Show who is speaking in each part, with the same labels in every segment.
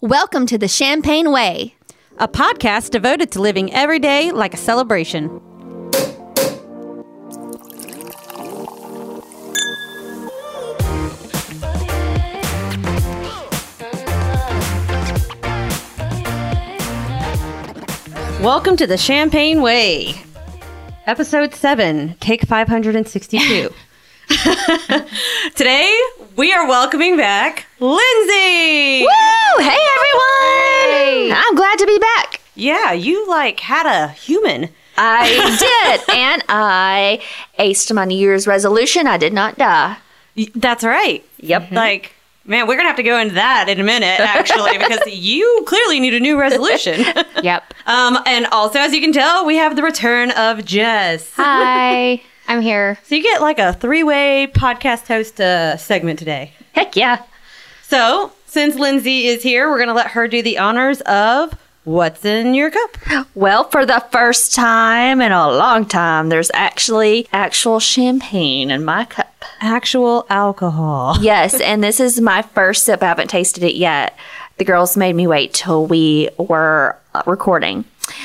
Speaker 1: Welcome to the Champagne Way.
Speaker 2: a podcast devoted to living every day like a celebration. Welcome to the Champagne Way, episode 7, take 562. Today, we are welcoming back Lindsay.
Speaker 1: Woo! Hey, everyone! I'm glad to be back.
Speaker 2: Yeah, you like had a human.
Speaker 1: I did, and I aced my New Year's resolution. I did not die.
Speaker 2: Y- That's right. Mm-hmm.
Speaker 1: Yep.
Speaker 2: Like, man, we're going to have to go into that in a minute, actually, because you clearly need a new resolution.
Speaker 3: Yep.
Speaker 2: um, and also, as you can tell, we have the return of Jess.
Speaker 3: Hi. I'm here.
Speaker 2: So you get like a three way podcast host uh, segment today.
Speaker 3: Heck yeah.
Speaker 2: So, since Lindsay is here, we're going to let her do the honors of what's in your cup.
Speaker 1: Well, for the first time in a long time, there's actually actual champagne in my cup.
Speaker 2: Actual alcohol.
Speaker 1: Yes, and this is my first sip. I haven't tasted it yet. The girls made me wait till we were uh, recording.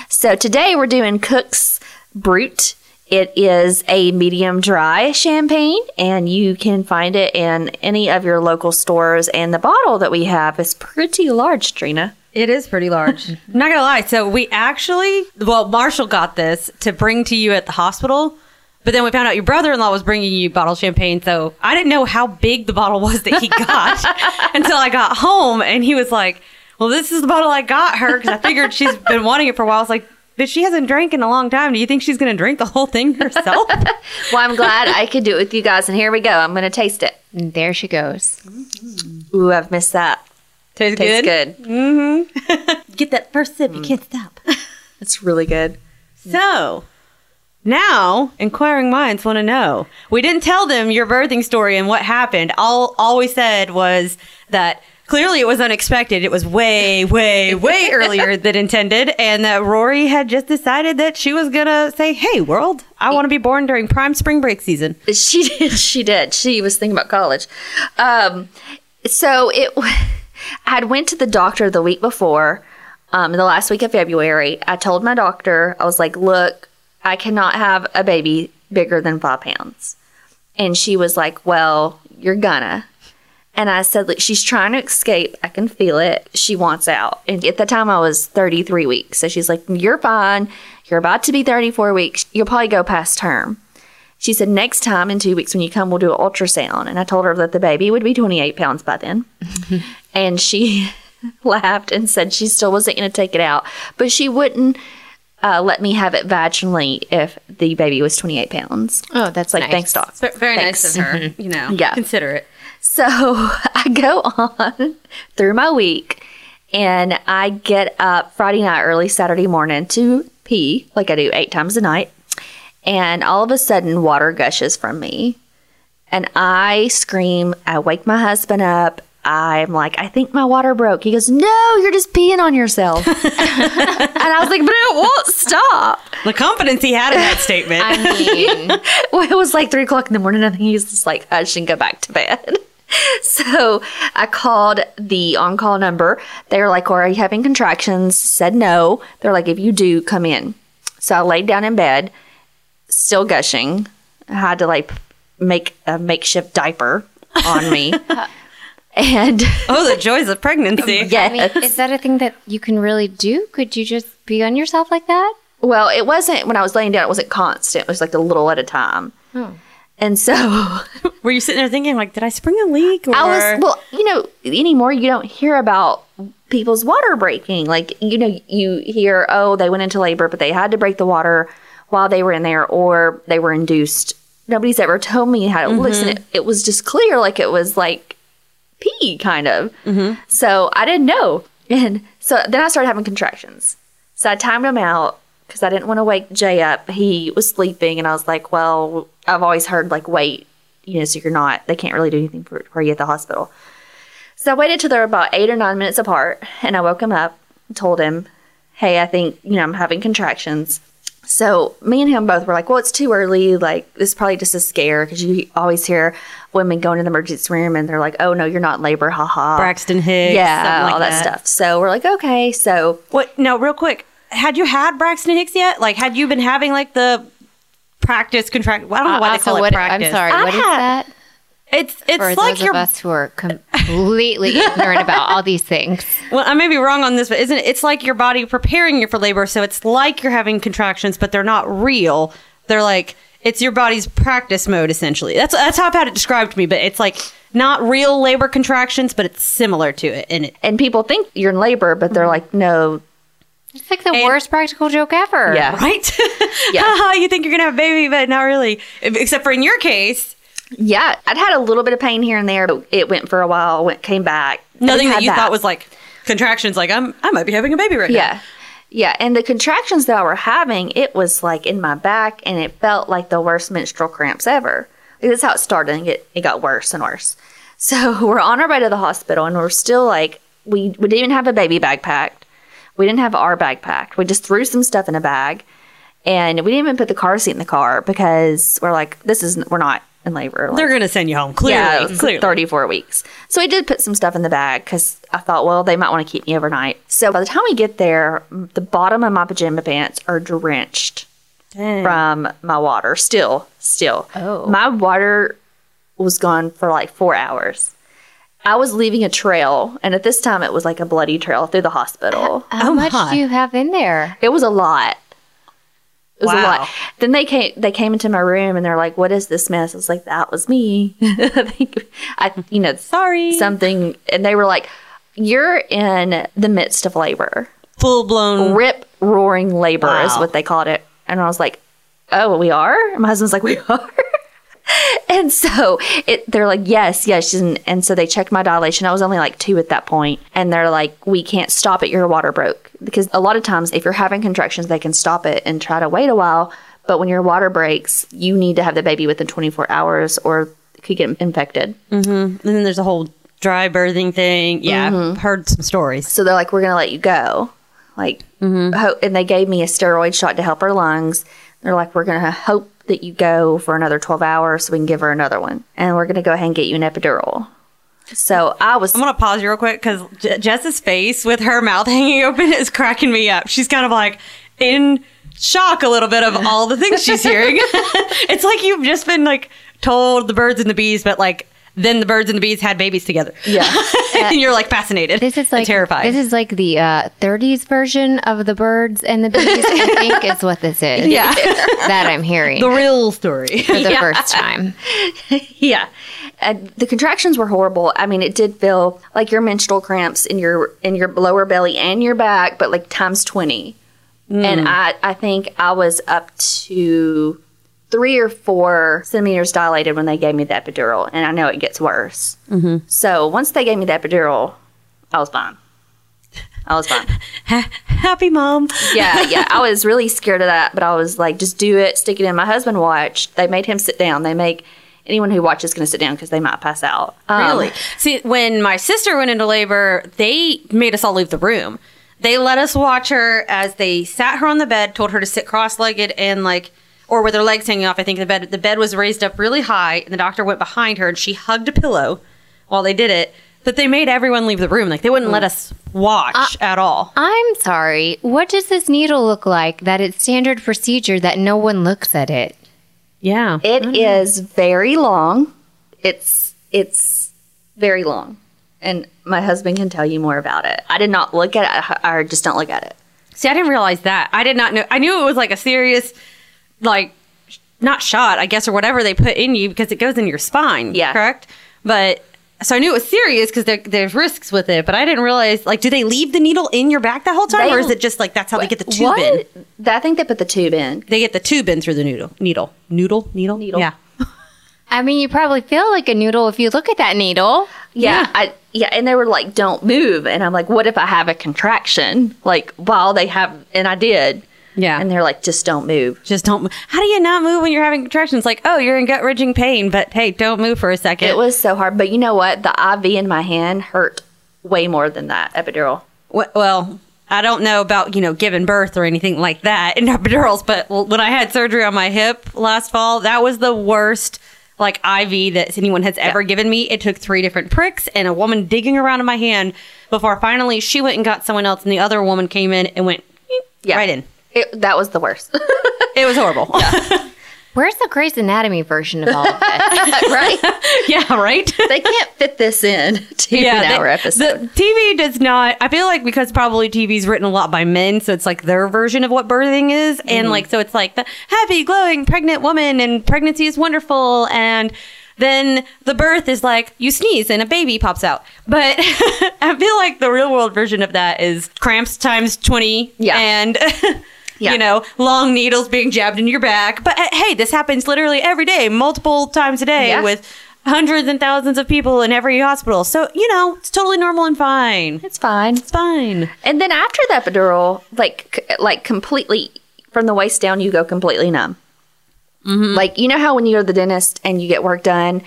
Speaker 1: So today we're doing Cook's Brut. It is a medium dry champagne, and you can find it in any of your local stores. And the bottle that we have is pretty large, Trina.
Speaker 2: It is pretty large. I'm not gonna lie. So we actually, well, Marshall got this to bring to you at the hospital, but then we found out your brother-in-law was bringing you bottle of champagne. So I didn't know how big the bottle was that he got until I got home, and he was like, "Well, this is the bottle I got her because I figured she's been wanting it for a while." I was like. But she hasn't drank in a long time. Do you think she's going to drink the whole thing herself?
Speaker 1: Well, I'm glad I could do it with you guys, and here we go. I'm going to taste it.
Speaker 3: And there she goes.
Speaker 1: Ooh, I've missed that.
Speaker 2: Tastes
Speaker 1: Tastes
Speaker 2: good. Mm-hmm.
Speaker 1: good.
Speaker 2: Get that first sip. You can't stop.
Speaker 1: It's really good.
Speaker 2: So now, inquiring minds want to know. We didn't tell them your birthing story and what happened. All all we said was that clearly it was unexpected. It was way, way, way earlier than intended, and that Rory had just decided that she was gonna say, "Hey, world, I want to be born during prime spring break season."
Speaker 1: She did. She did. She was thinking about college. Um, so it, I had went to the doctor the week before, um, the last week of February. I told my doctor, I was like, "Look, I cannot have a baby bigger than five pounds," and she was like, "Well, you're gonna." And I said, "Look, she's trying to escape. I can feel it. She wants out." And at the time, I was 33 weeks, so she's like, "You're fine. You're about to be 34 weeks. You'll probably go past term." She said, next time in two weeks when you come, we'll do an ultrasound. And I told her that the baby would be 28 pounds by then. and she laughed and said she still wasn't going to take it out, but she wouldn't uh, let me have it vaginally if the baby was 28 pounds.
Speaker 3: Oh,
Speaker 1: It's
Speaker 3: that's
Speaker 1: like,
Speaker 3: nice.
Speaker 1: thanks, doc.
Speaker 2: Very
Speaker 1: nice Thanks. Mm-hmm.
Speaker 2: of her, you know.
Speaker 1: Yeah.
Speaker 2: consider it.
Speaker 1: So I go on through my week and I get up Friday night, early Saturday morning to pee, like I do eight times a night. And all of a sudden, water gushes from me. And I scream, I wake my husband up. I'm like, I think my water broke. He goes, No, you're just peeing on yourself. and I was like, But it won't stop.
Speaker 2: The confidence he had in that statement.
Speaker 3: I mean,
Speaker 1: Well, it was like three o'clock in the morning. I think he was just like, hush and go back to bed. So I called the on call number. They were like, Are you having contractions? Said no. They're like, If you do, come in. So I laid down in bed, still gushing. I had to like make a makeshift diaper on me. and
Speaker 2: oh, the joys of pregnancy.
Speaker 1: yes.
Speaker 3: I mean, is that a thing that you can really do? Could you just be on yourself like that?
Speaker 1: Well, it wasn't when I was laying down, it wasn't constant. It was like a little at a time. And so
Speaker 2: Were you sitting there thinking, like, did I spring a leak? Or...
Speaker 1: I was well, you know, anymore you don't hear about people's water breaking. Like, you know, you hear, oh, they went into labor, but they had to break the water while they were in there or they were induced. Nobody's ever told me how to listen. It, it was just clear, like it was like pee kind of. So I didn't know. And so then I started having contractions. So I timed him out because I didn't want to wake Jay up. He was sleeping, and I was like, well, I've always heard like wait, you know, so you're not, they can't really do anything for, for you at the hospital. So I waited till they were about eight or nine minutes apart, and I woke him up, and told him, hey, I think, you know, I'm having contractions. So me and him both were like, well, it's too early. Like this is probably just a scare because you always hear women going to the emergency room and they're like, oh no, you're not in labor, haha.
Speaker 2: Braxton Hicks,
Speaker 1: yeah,
Speaker 2: something like
Speaker 1: all that,
Speaker 2: that.
Speaker 1: stuff. So we're like, okay. So
Speaker 2: What? No, real quick. Had you had Braxton Hicks yet? Like, had you been having like the practice contract? I don't know why they
Speaker 3: Also,
Speaker 2: call
Speaker 3: what-
Speaker 2: it practice.
Speaker 3: Uh, I'm sorry.
Speaker 1: I
Speaker 3: what is
Speaker 1: had-
Speaker 3: that?
Speaker 2: It's
Speaker 3: For
Speaker 2: it's like
Speaker 3: those
Speaker 2: your.
Speaker 3: of us who are completely ignorant about all these things.
Speaker 2: Well, I may be wrong on this, but isn't it? It's like your body preparing you for labor, so it's like you're having contractions, but they're not real. They're like it's your body's practice mode, essentially. That's that's how I've had it described to me. But it's like not real labor contractions, but it's similar to it, and it
Speaker 1: and people think you're in labor, but
Speaker 2: Mm-hmm.
Speaker 1: they're like, no,
Speaker 3: It's like the worst practical joke ever.
Speaker 1: yeah,
Speaker 2: right?
Speaker 1: Yeah.
Speaker 2: Haha, you think you're gonna have a baby, but not really. Except for in your case,
Speaker 1: yeah. I'd had a little bit of pain here and there, but it went for a while. Went came back.
Speaker 2: nothing
Speaker 1: I've
Speaker 2: that
Speaker 1: had
Speaker 2: you thought was like contractions. Like I'm, I might be having a baby right now.
Speaker 1: Yeah. Yeah. And the contractions that I were having, it was like in my back and it felt like the worst menstrual cramps ever. Like, That's how it started and it, it got worse and worse. So we're on our way to the hospital and we're still like, we, we didn't even have a baby bag packed. We didn't have our bag packed. We just threw some stuff in a bag and we didn't even put the car seat in the car because we're like, this is, we're not in labor. Like,
Speaker 2: They're gonna send you home. Clearly,
Speaker 1: yeah, it was
Speaker 2: clearly.
Speaker 1: 34 weeks. So I did put some stuff in the bag because I thought, well, they might want to keep me overnight. So by the time we get there, m- the bottom of my pajama pants are drenched from my water. Still, still.
Speaker 3: Oh.
Speaker 1: My water was gone for like four hours. I was leaving a trail, and at this time it was like a bloody trail through the hospital.
Speaker 3: How
Speaker 2: Oh
Speaker 3: much
Speaker 2: my.
Speaker 3: do you have in there?
Speaker 1: It was a lot. It was a
Speaker 2: Wow.
Speaker 1: lot. Then they came. They came into my room and they're like, "What is this mess?" I was like, "That was me." I think I, you know,
Speaker 2: Sorry.
Speaker 1: something. And they were like, "You're in the midst of labor,
Speaker 2: Full blown
Speaker 1: rip roaring labor is
Speaker 2: Mm. Wow.
Speaker 1: what they called it." And I was like, "Oh, we are." And my husband's like, "We are." and so it, they're like, "Yes, yes." And, and so they checked my dilation. I was only like two at that point, and they're like, "We can't stop it. Your water broke." Because a lot of times, if you're having contractions, they can stop it and try to wait a while. But when your water breaks, you need to have the baby within 24 hours, or it could get infected.
Speaker 2: And then there's a whole dry birthing thing. Yeah, I've heard some stories.
Speaker 1: So they're like, we're going to let you go. Like, ho- and they gave me a steroid shot to help her lungs. They're like, we're going to hope that you go for another 12 hours so we can give her another one. And we're going to go ahead and get you an epidural. So I was,
Speaker 2: I'm gonna pause you real quick because J- Jess's face with her mouth hanging open is cracking me up. She's kind of like in shock a little bit of all the things she's hearing. it's like you've just been like told the birds and the bees, but like then the birds and the bees had babies together.
Speaker 1: yeah.
Speaker 2: and you're like fascinated.
Speaker 3: This is
Speaker 2: and
Speaker 3: like
Speaker 2: terrified.
Speaker 3: This is like the uh, 30s version of the birds and the bees. I think is what this is.
Speaker 1: Yeah.
Speaker 3: that I'm hearing
Speaker 2: the real story.
Speaker 3: for the first time.
Speaker 1: yeah. And the contractions were horrible. I mean, it did feel like your menstrual cramps in your, in your lower belly and your back, but like times 20. And I, I think I was up to three or four centimeters dilated when they gave me the epidural, and I know it gets worse. Mm-hmm. So once they gave me the epidural, I was fine. I was fine.
Speaker 2: Happy mom.
Speaker 1: Yeah, yeah. I was really scared of that, but I was like, just do it, stick it in. My husband watched. They made him sit down. They make anyone who watches going to sit down because they might pass out. Um,
Speaker 2: Really? See, when my sister went into labor, they made us all leave the room. They let us watch her as they sat her on the bed, told her to sit cross-legged and like or with her legs hanging off. I think the bed the bed was raised up really high and the doctor went behind her and she hugged a pillow while they did it. But they made everyone leave the room. Like they wouldn't let us watch at all.
Speaker 3: I'm sorry. What does this needle look like? That it's standard procedure that no one looks at it.
Speaker 2: Yeah.
Speaker 1: It is very long. It's it's very long, and my husband can tell you more about it. I did not look at it. I I just don't look at it.
Speaker 2: See, I didn't realize that. I did not know. I knew it was like a serious, like, sh- not shot, I guess, or whatever they put in you because it goes in your spine.
Speaker 1: Yeah.
Speaker 2: Correct? But so I knew it was serious because there, there's risks with it, but I didn't realize, like, do they leave the needle in your back the whole time?
Speaker 1: They-
Speaker 2: or is it just like that's how they get the tube in?
Speaker 1: What? I think they put the tube in.
Speaker 2: They get the tube in through the noodle. Needle. Noodle? Needle?
Speaker 1: Needle.
Speaker 2: Yeah.
Speaker 3: I mean, you probably feel like a noodle if you look at that needle.
Speaker 1: Yeah, I yeah, and they were like, "Don't move," and I'm like, "What if I have a contraction?" Like while they have, and I did.
Speaker 2: Yeah.
Speaker 1: and they're like, "Just don't move."
Speaker 2: Just don't. mo- How do you not move when you're having contractions? Like, oh, you're in gut wrenching pain, but hey, don't move for a second.
Speaker 1: It was so hard, but you know what? The IV in my hand hurt way more than that epidural.
Speaker 2: Wh- Well, I don't know about, you know, giving birth or anything like that in epidurals, but when I had surgery on my hip last fall, that was the worst like IV that anyone has ever given me. It took three different pricks and a woman digging around in my hand before finally she went and got someone else and the other woman came in and went "Eep,"
Speaker 1: Yeah.
Speaker 2: right in.
Speaker 1: It, that was the worst,
Speaker 2: It was horrible. Yeah,
Speaker 3: Where's the Grey's Anatomy version of all of this?
Speaker 1: right?
Speaker 2: right?
Speaker 1: They can't fit this in to an
Speaker 2: they-
Speaker 1: hour episode.
Speaker 2: The TV does not. I feel like because probably TV's written a lot by men, so it's like their version of what birthing is,
Speaker 1: Mm-hmm.
Speaker 2: and like so it's like the happy, glowing pregnant woman, and pregnancy is wonderful, and then the birth is like you sneeze and a baby pops out. But I feel like the real world version of that is cramps times twenty,
Speaker 1: Yeah.
Speaker 2: and.
Speaker 1: Yeah.
Speaker 2: You know, long needles being jabbed in your back. But uh, hey, this happens literally every day, multiple times a day
Speaker 1: Yeah.
Speaker 2: with hundreds and thousands of people in every hospital. So, you know, it's totally normal and fine.
Speaker 1: it's fine.
Speaker 2: It's fine.
Speaker 1: And then after the epidural, like c- like completely from the waist down, you go completely numb.
Speaker 2: Mm-hmm.
Speaker 1: Like you know how when you go to the dentist and you get work done,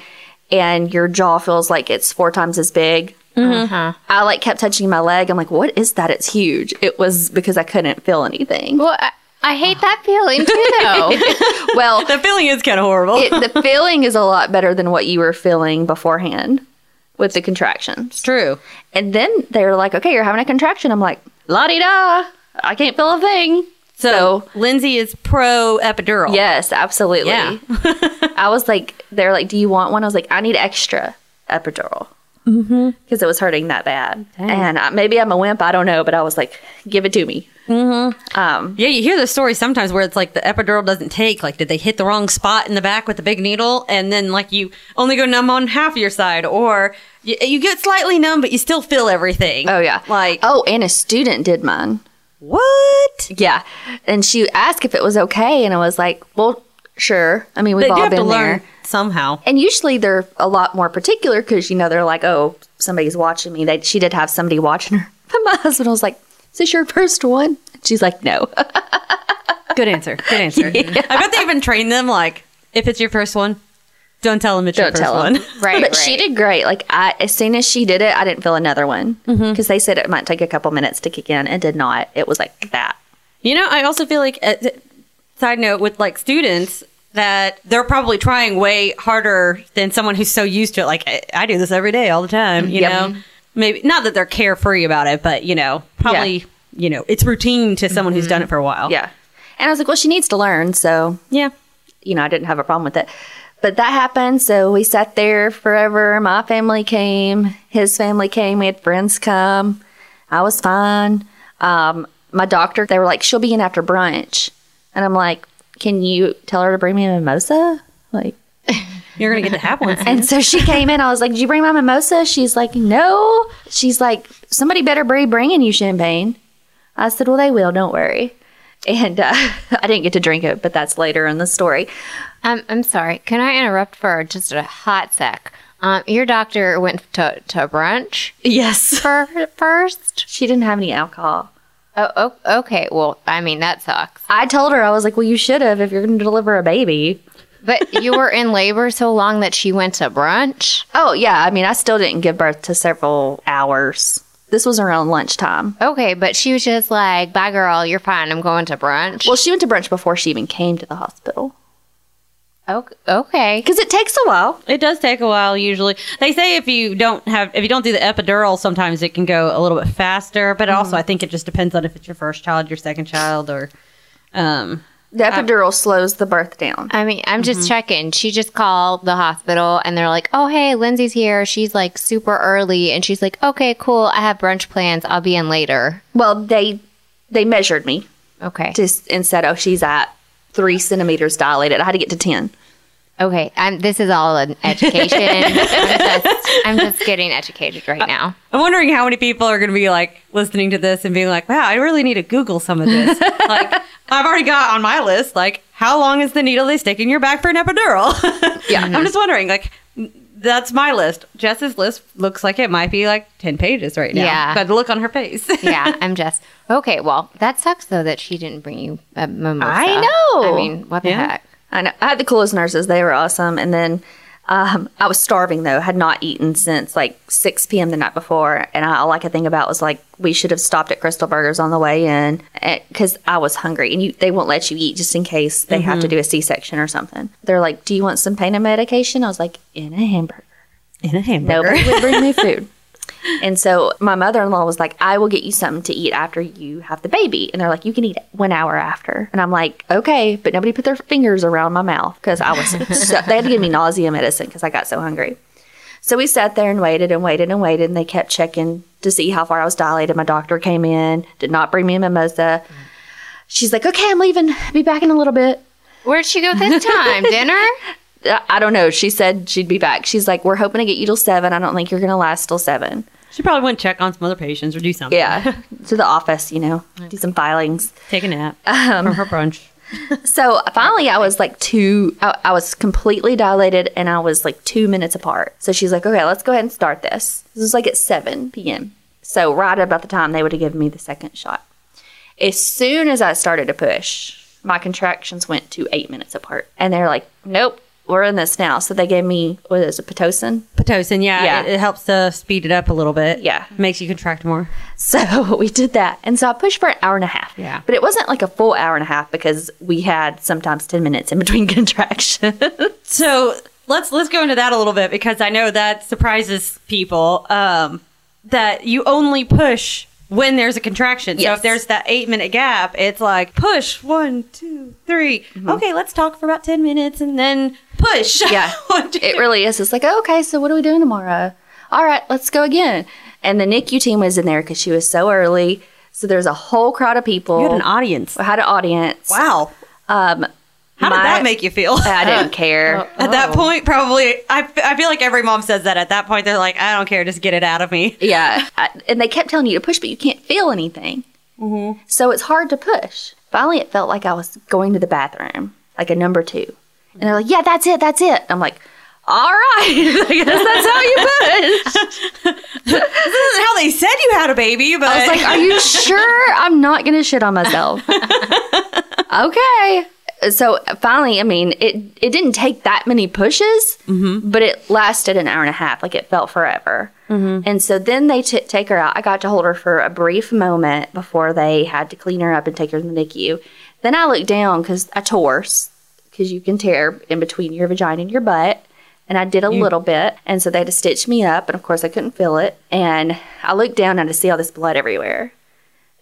Speaker 1: and your jaw feels like it's four times as big.
Speaker 2: Mm-hmm.
Speaker 1: I like kept touching my leg. I'm like, what is that? It's huge. It was because I couldn't feel anything.
Speaker 3: well, I, I hate that feeling too, though.
Speaker 1: well,
Speaker 2: The feeling is kind of horrible.
Speaker 1: it, the feeling is a lot better than what you were feeling beforehand with the contractions.
Speaker 2: true.
Speaker 1: And then they're like, okay, you're having a contraction. I'm like, la di da. I can't feel a thing.
Speaker 2: So, Lindsay is pro epidural.
Speaker 1: Yes, absolutely.
Speaker 2: Yeah.
Speaker 1: I was like, they're like, do you want one? I was like, I need extra epidural
Speaker 2: Mm-hmm.
Speaker 1: because it was hurting that bad. And I, maybe I'm a wimp, I don't know, but I was like, give it to me.
Speaker 2: Yeah, you hear the story sometimes where it's like the epidural doesn't take. Like, did they hit the wrong spot in the back with the big needle? And then, like, you only go numb on half of your side, or you, you get slightly numb, but you still feel everything.
Speaker 1: Oh yeah,
Speaker 2: Like,
Speaker 1: oh, and a student did mine.
Speaker 2: what?
Speaker 1: Yeah, and she asked if it was okay, and I was like, well, sure. I mean, we've
Speaker 2: But
Speaker 1: all
Speaker 2: you have
Speaker 1: been
Speaker 2: to learn
Speaker 1: there.
Speaker 2: somehow.
Speaker 1: And usually they're a lot more particular because you know they're like, oh, somebody's watching me. They, she did have somebody watching her, but my husband was like, is this your first one? She's like, no.
Speaker 2: Good answer. Good answer. I bet they even train them like if it's your first one, don't tell them it's your
Speaker 1: Don't
Speaker 2: first
Speaker 1: tell
Speaker 2: one.
Speaker 1: him.
Speaker 3: Right,
Speaker 1: But she
Speaker 3: right.
Speaker 1: did great. Like I, as soon as she did it, I didn't feel another one because they said it might take a couple minutes to kick in. It did not. It was like that.
Speaker 2: You know, I also feel like uh, th- side note with like students that they're probably trying way harder than someone who's so used to it. Like I, I do this every day, all the time. You
Speaker 1: Yep.
Speaker 2: know, maybe not that they're carefree about it, but you know, probably you know it's routine to someone who's done it for a while.
Speaker 1: Mm-hmm. Yeah. And I was like, well, she needs to learn. So
Speaker 2: yeah.
Speaker 1: you know, I didn't have a problem with it. But that happened. So we sat there forever. My family came, his family came, we had friends come. I was fine. Um, my doctor, they were like, she'll be in after brunch. And I'm like, can you tell her to bring me a mimosa? Like,
Speaker 2: You're gonna get to have one. soon.
Speaker 1: and so she came in. I was like, "Did you bring my mimosa?" She's like, "No." She's like, "Somebody better be bringing you champagne." I said, "Well, they will. Don't worry." And uh, I didn't get to drink it, but that's later in the story.
Speaker 3: um, I'm sorry. Can I interrupt for just a hot sec? Um, your doctor went to, to brunch
Speaker 1: Yes,
Speaker 3: for first.
Speaker 1: she didn't have any alcohol.
Speaker 3: Oh, oh, okay. Well, I mean that sucks.
Speaker 1: I told her I was like, "Well, you should have if you're going to deliver a baby."
Speaker 3: But you were in labor so long that she went to brunch.
Speaker 1: Oh yeah, I mean, I still didn't give birth to several hours. This was around lunchtime.
Speaker 3: Okay, but she was just like, "Bye, girl. You're fine. I'm going to brunch."
Speaker 1: Well, she went to brunch before she even came to the hospital
Speaker 3: Well, okay.
Speaker 1: because it takes a while.
Speaker 2: It does take a while usually. They say if you don't have if you don't do the epidural, sometimes it can go a little bit faster. But also, I think it just depends on if it's your first child, your second child, or um,
Speaker 1: The epidural slows the birth down.
Speaker 3: I mean, I'm just checking. She just called the hospital and they're like, oh, hey, Lindsay's here. She's like super early. And she's like, okay, cool. I have brunch plans. I'll be in later.
Speaker 1: Well, they they measured me.
Speaker 3: Okay.
Speaker 1: just and said, "Oh, she's at three centimeters dilated." I had to get to ten.
Speaker 3: Okay. I'm, this is all an education. I'm, just, I'm just getting educated right now.
Speaker 2: I'm wondering how many people are going to be like listening to this and being like, "Wow, I really need to Google some of this." like, I've already got on my list. Like, how long is the needle they stick in your back for an epidural? yeah, I'm just wondering. Like, that's my list. Jess's list looks like it might be like ten pages right now.
Speaker 3: Yeah.
Speaker 2: but look on her face.
Speaker 3: Yeah. I'm just, okay. Well, that sucks though that she didn't bring you a mimosa.
Speaker 1: I know.
Speaker 3: I mean, what the
Speaker 2: Yeah.
Speaker 3: heck?
Speaker 1: I know. I had the coolest nurses; they were awesome. And then Um, I was starving though, had not eaten since like 6 p.m. the night before. And I, all I could think about was like, we should have stopped at Crystal Burgers on the way in because I was hungry. And you, they won't let you eat just in case they have to do a C section or something. They're like, Do you want some pain and medication? I was like, In a hamburger.
Speaker 2: in a hamburger.
Speaker 1: Nobody would bring me food. And so my mother in law was like, I will get you something to eat after you have the baby. And they're like, you can eat it one hour after. And I'm like, okay. But nobody put their fingers around my mouth because I was, so, they had to give me nausea medicine because I got so hungry. So we sat there and waited and waited and waited. And they kept checking to see how far I was dilated. My doctor came in, did not bring me a mimosa. She's like, okay, I'm leaving. Be back in a little bit.
Speaker 3: Where'd she go this time? Dinner?
Speaker 1: I I don't know. She said she'd be back. She's like, we're hoping to get you till seven. I don't think you're going to last till seven.
Speaker 2: She probably went to check on some other patients or do something.
Speaker 1: Yeah, to the office, you know, do some filings.
Speaker 2: Take a nap
Speaker 1: Um,
Speaker 2: or her brunch.
Speaker 1: So finally, I was like two, I, I was completely dilated and I was like two minutes apart. So she's like, okay, let's go ahead and start this. This was like at 7 p.m. So right about the time they would have given me the second shot. As soon as I started to push, my contractions went to eight minutes apart. And they're like, nope, we're in this now. So they gave me, what is it, Pitocin?
Speaker 2: Pitocin, yeah,
Speaker 1: Yeah.
Speaker 2: It, it helps to speed it up a little bit.
Speaker 1: Yeah.
Speaker 2: makes you contract more.
Speaker 1: So we did that. And so I pushed for an hour and a half.
Speaker 2: Yeah.
Speaker 1: But it wasn't like a full hour and a half because we had sometimes 10 minutes in between contractions.
Speaker 2: So let's let's go into that a little bit because I know that surprises people um, that you only push when there's a contraction. So
Speaker 1: Yes.
Speaker 2: if there's that eight minute gap, it's like push one, two, three.
Speaker 1: Mm-hmm.
Speaker 2: Okay, let's talk for about ten minutes and then push.
Speaker 1: yeah.
Speaker 2: One, two,
Speaker 1: It really is. It's like, oh, okay, so what are we doing tomorrow? All right, let's go again. And the NICU team was in there because she was so early. So there's a whole crowd of people.
Speaker 2: you had an audience.
Speaker 1: I had an audience.
Speaker 2: Wow.
Speaker 1: Um,
Speaker 2: How did
Speaker 1: my-
Speaker 2: that make you feel?
Speaker 1: I didn't care.
Speaker 2: At that point, probably, I, I feel like every mom says that. At that point, they're like, I don't care, just get it out of me.
Speaker 1: Yeah. I, and they kept telling you to push, but you can't feel anything. So it's hard to push. Finally, it felt like I was going to the bathroom, like a number two. And they're like, yeah, that's it, that's it. I'm like, all right, I guess that's how you push.
Speaker 2: This is how they said you had a baby, but
Speaker 1: I was like, are you sure? I'm not going to shit on myself. okay. So finally, I mean, it, it didn't take that many pushes, but it lasted an hour and a half. Like it felt forever. And so then they t- take her out. I got to hold her for a brief moment before they had to clean her up and take her to the NICU. Then I looked down because I tore, because you can tear in between your vagina and your butt. And I did a
Speaker 2: Mm.
Speaker 1: little bit. And so they had to stitch me up. And of course, I couldn't feel it. And I looked down and I see all this blood everywhere.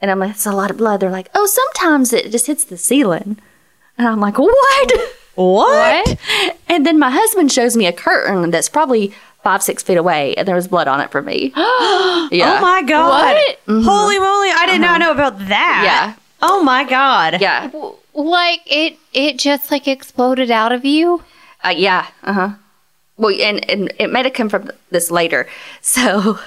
Speaker 1: And I'm like, it's a lot of blood. They're like, oh, sometimes it just hits the ceiling. And I'm like, what?
Speaker 2: what?
Speaker 3: What?
Speaker 1: And then my husband shows me a curtain that's probably five, six feet away, and there was blood on it for me. yeah. Uh-huh.
Speaker 2: Oh my god! Mm-hmm.
Speaker 3: What?
Speaker 2: Holy moly! I did not know about that.
Speaker 1: Yeah.
Speaker 2: Oh my god!
Speaker 1: Yeah.
Speaker 3: W- Like it it just like exploded out of you?
Speaker 1: Uh, yeah. Uh huh. Well, and, and it may have come from this later. So,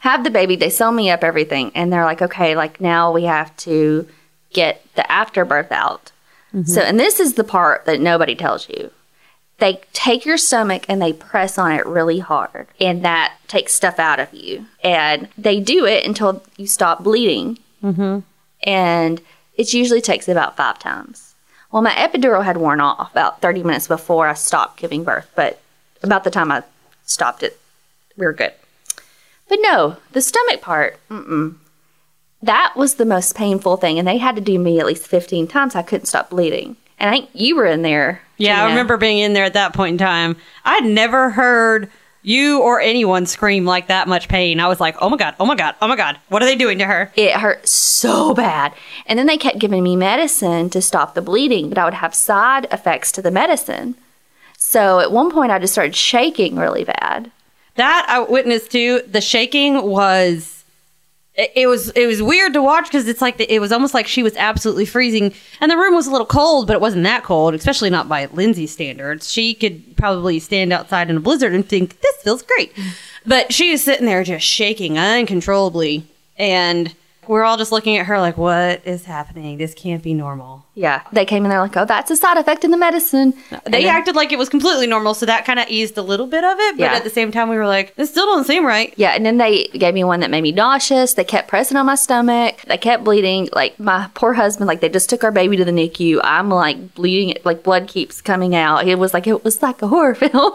Speaker 1: have the baby. They sew me up everything, and they're like, okay, like now we have to get the afterbirth out. So, and this is the part that nobody tells you. They take your stomach and they press on it really hard, and that takes stuff out of you. And they do it until you stop bleeding. Mm-hmm. And it usually takes about five times. Well, my epidural had worn off about 30 minutes before I stopped giving birth, but about the time I stopped it, we were good. But no, the stomach part, mm-mm. That was the most painful thing, and they had to do me at least 15 times. I couldn't stop bleeding. And I think you were in there.
Speaker 2: Yeah, I
Speaker 1: Gina.
Speaker 2: remember being in there at that point in time. I'd never heard you or anyone scream like that much pain. I was like, oh my god! Oh my god! Oh my god! What are they doing to her?
Speaker 1: It hurt so bad. And then they kept giving me medicine to stop the bleeding, but I would have side effects to the medicine. So at one point, I just started shaking really bad.
Speaker 2: That I witnessed too. The shaking was. It it was it was weird to watch because it's like the, it was almost like she was absolutely freezing, and the room was a little cold, but it wasn't that cold, especially not by Lindsay's standards. She could probably stand outside in a blizzard and think this feels great, but she was sitting there just shaking uncontrollably, and we're all just looking at her like, "What is happening? This can't be normal."
Speaker 1: Yeah. They came in there like, oh, that's a side effect in the medicine.
Speaker 2: They acted like it was completely normal, so that kind of eased a little bit of it, but
Speaker 1: Yeah.
Speaker 2: at the same time, we were like, "This still don't seem right."
Speaker 1: Yeah, and then they gave me one that made me nauseous. They kept pressing on my stomach. They kept bleeding. Like my poor husband, like they just took our baby to the NICU. I'm like bleeding. Like blood keeps coming out. It was like it was like a horror film.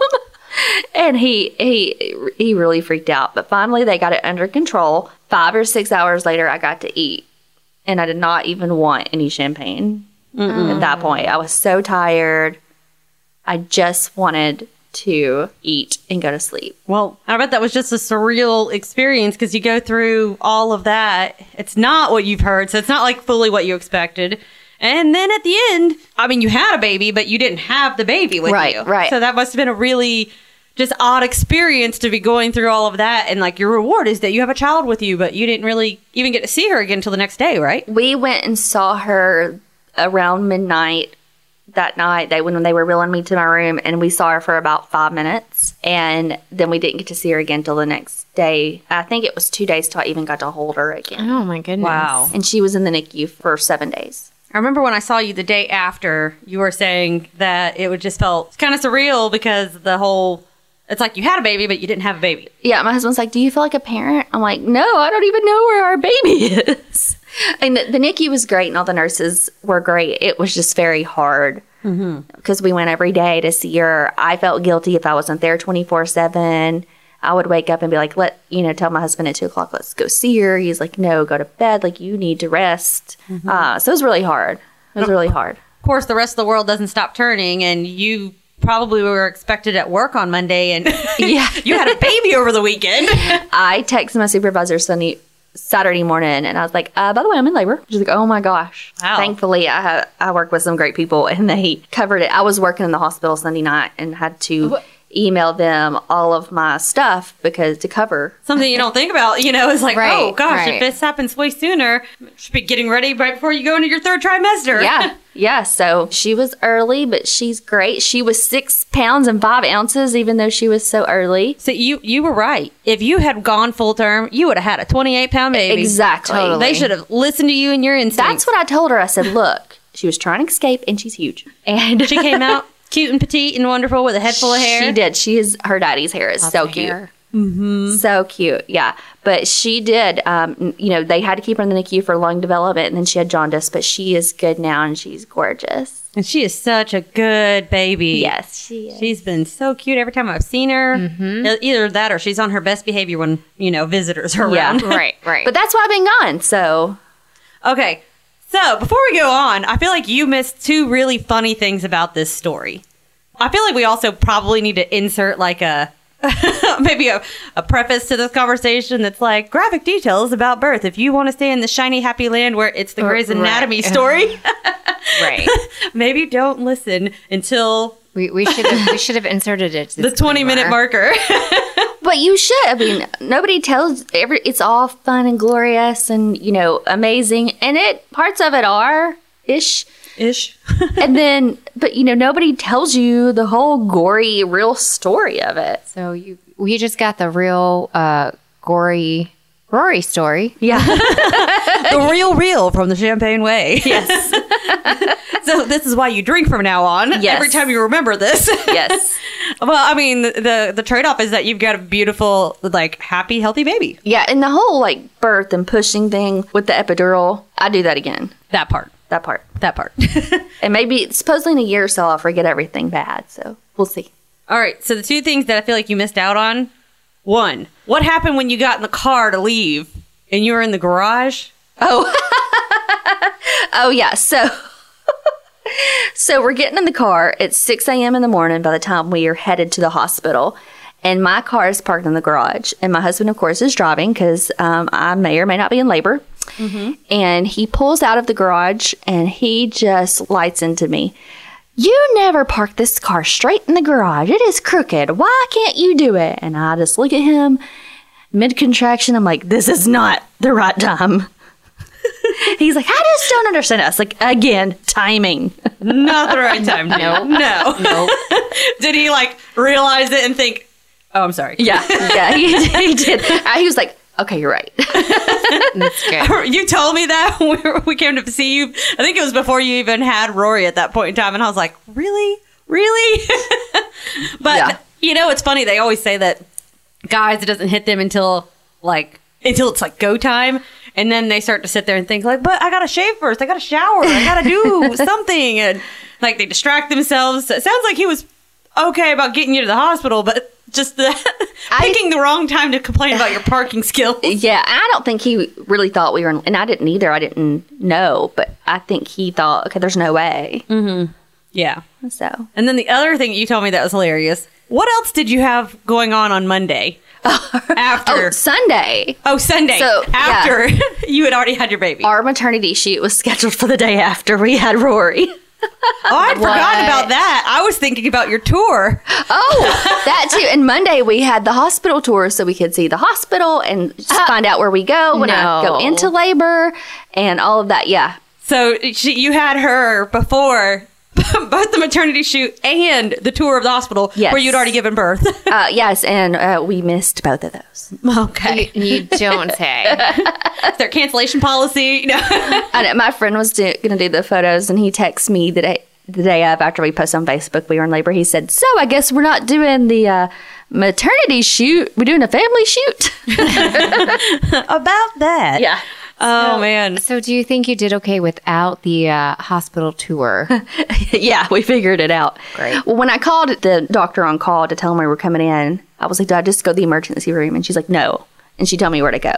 Speaker 1: and he he he really freaked out. But finally, they got it under control. Five or six hours later, I got to eat, and I did not even want any champagne at that point. I was so tired. I just wanted to eat and go to sleep.
Speaker 2: Well, I bet that was just a surreal experience because you go through all of that. It's not what you've heard, so it's not like fully what you expected. And then at the end, I mean, you had a baby, but you didn't have the baby with
Speaker 1: Right,
Speaker 2: you.
Speaker 1: right.
Speaker 2: So that must have been a really just odd experience to be going through all of that. And like your reward is that you have a child with you, but you didn't really even get to see her again until the next day, right?
Speaker 1: We went and saw her around midnight that night. They when they were wheeling me to my room, and we saw her for about five minutes, and then we didn't get to see her again till the next day. I think it was two days till I even got to hold her again.
Speaker 3: Oh my goodness.
Speaker 1: And she was in the NICU for seven days.
Speaker 2: I remember when I saw you the day after, you were saying that it would just felt kind of surreal because the whole it's like you had a baby, but you didn't have a baby.
Speaker 1: Yeah, my husband's like, "Do you feel like a parent?" I'm like, "No, I don't even know where our baby is." And the, the NICU was great, and all the nurses were great. It was just very hard because we went every day to see her. I felt guilty if I wasn't there 24 seven. I would wake up and be like, "Let you know," tell my husband at two o'clock, "Let's go see her." He's like, "No, go to bed. Like you need to rest." Uh, so it was really hard. It was really hard.
Speaker 2: Of course, the rest of the world doesn't stop turning, and you probably were expected at work on Monday, and
Speaker 1: Yeah.
Speaker 2: you had a baby over the weekend.
Speaker 1: I texted my supervisor Sunday Saturday morning, and I was like, uh, "By the way, I'm in labor." She's like, "Oh my gosh!"
Speaker 2: Wow.
Speaker 1: Thankfully, I had I worked with some great people, and they covered it. I was working in the hospital Sunday night and had to email them all of my stuff because to cover.
Speaker 2: Something you don't think about, you know, is like,
Speaker 3: Right,
Speaker 2: oh gosh,
Speaker 3: right.
Speaker 2: if this happens way sooner, you should be getting ready right before you go into your third trimester.
Speaker 1: Yeah, yeah. So she was early, but she's great. She was six pounds and five ounces, even though she was so early.
Speaker 2: So you you were right. If you had gone full term, you would have had a 28 pound baby.
Speaker 1: Exactly.
Speaker 2: They should have listened to you and your instincts.
Speaker 1: That's what I told her. I said, "Look, she was trying to escape, and she's huge." And
Speaker 2: She came out cute and petite and wonderful with a head full of hair.
Speaker 1: She did. She is her daddy's hair is so
Speaker 3: of
Speaker 1: cute.
Speaker 3: hair.
Speaker 1: So cute. Yeah. But she did um n- you know, they had to keep her in the NICU for lung development and then she had jaundice, but she is good now and she's gorgeous.
Speaker 2: And she is such a good baby.
Speaker 1: Yes, she is. Mm-hmm.
Speaker 2: She's been so cute every time I've seen her. E- Either that or she's on her best behavior when, you know, visitors are
Speaker 1: Yeah.
Speaker 2: around.
Speaker 3: Right, right.
Speaker 1: But that's why I've been gone. So
Speaker 2: Okay. So before we go on, I feel like you missed two really funny things about this story. I feel like we also probably need to insert like a maybe a, a preface to this conversation that's like graphic details about birth if you want to stay in the shiny happy land where it's the
Speaker 1: Uh,
Speaker 2: Grey's
Speaker 3: right.
Speaker 2: Anatomy story.
Speaker 3: right.
Speaker 2: maybe don't listen until
Speaker 3: We, we should have we should have inserted it.
Speaker 2: the 20 minute marker.
Speaker 1: but you should. I mean, nobody tells every it's all fun and glorious and, you know, amazing. And it parts of it are ish.
Speaker 2: Ish.
Speaker 1: and then but you know, nobody tells you the whole gory real story of it.
Speaker 3: So you we just got the real uh, gory Rory story.
Speaker 1: Yeah.
Speaker 2: the real real from the Champagne Way. Yes. so this is why you drink from now on.
Speaker 1: Yes.
Speaker 2: Every time you remember this.
Speaker 1: yes.
Speaker 2: Well, I mean, the the, the trade off is that you've got a beautiful, like, happy, healthy baby.
Speaker 1: Yeah, and the whole like birth and pushing thing with the epidural, I do that again.
Speaker 2: That part.
Speaker 1: That part.
Speaker 2: That part.
Speaker 1: And maybe supposedly in a year or so I'll forget everything bad. So we'll see.
Speaker 2: All right. So the two things that I feel like you missed out on. One, what happened when you got in the car to leave and you were in the garage?
Speaker 1: Oh yeah, so so we're getting in the car. It's six AM in the morning by the time we are headed to the hospital. And my car is parked in the garage. And my husband, of course, is driving because um, I may or may not be in labor. And he pulls out of the garage and he just lights into me. You never park this car straight in the garage. It is crooked. Why can't you do it? And I just look at him mid contraction. I'm like, this is not the right time. He's like, I just don't understand us. Like, again, timing.
Speaker 2: Not the right time. no. No. Did he, like, realize it and think, oh, I'm sorry.
Speaker 1: Yeah. yeah, he, he did. Uh, He was like, okay, you're right.
Speaker 3: That's good.
Speaker 2: You told me that when we were- we came to see you. I think it was before you even had Rory at that point in time, and I was like, "Really, really?" but
Speaker 1: Yeah.
Speaker 2: you know, it's funny. They always say that guys, it doesn't hit them until like until it's like go time, and then they start to sit there and think like, "But I gotta shave first. I gotta shower. I gotta do something," and like they distract themselves. So it sounds like he was okay about getting you to the hospital, but just the
Speaker 1: I-
Speaker 2: picking the wrong time to complain about your parking skill.
Speaker 1: Yeah, I don't think he really thought we were, in, and I didn't either. I didn't know, but I think he thought, okay, there's no way.
Speaker 2: Yeah.
Speaker 1: So
Speaker 2: And then the other thing you told me that was hilarious. What else did you have going on on Monday? after
Speaker 1: oh, Sunday,
Speaker 2: oh, Sunday
Speaker 1: So, yeah.
Speaker 2: after you had already had your baby.
Speaker 1: our maternity shoot was scheduled for the day after we had Rory.
Speaker 2: Oh, I'd forgotten
Speaker 3: What?
Speaker 2: about that. I was thinking about your tour.
Speaker 1: Oh, that too. And Monday we had the hospital tour so we could see the hospital and just find out where we go when I go
Speaker 3: no.
Speaker 1: into labor and all of that. Yeah.
Speaker 2: So she, you had her before both the maternity shoot and the tour of the hospital
Speaker 1: Yes.
Speaker 2: where you'd already given birth.
Speaker 1: Uh, yes. And uh, we missed both of those.
Speaker 2: okay.
Speaker 3: You don't say.
Speaker 2: Their cancellation policy. You know.
Speaker 1: I know, my friend was do- going to do the photos and he texted me the day, the day of after we posted on Facebook we were in labor. He said, So I guess we're not doing the uh, maternity shoot. We're doing a family shoot.
Speaker 2: about that.
Speaker 1: Yeah.
Speaker 2: Oh, man.
Speaker 3: so, do you think you did okay without the uh, hospital tour?
Speaker 1: yeah, we figured it out.
Speaker 3: Great.
Speaker 1: Well, when I called the doctor on call to tell him we were coming in, I was like, "Do I just go to the emergency room?" And she's like, "No," and she told me where to go.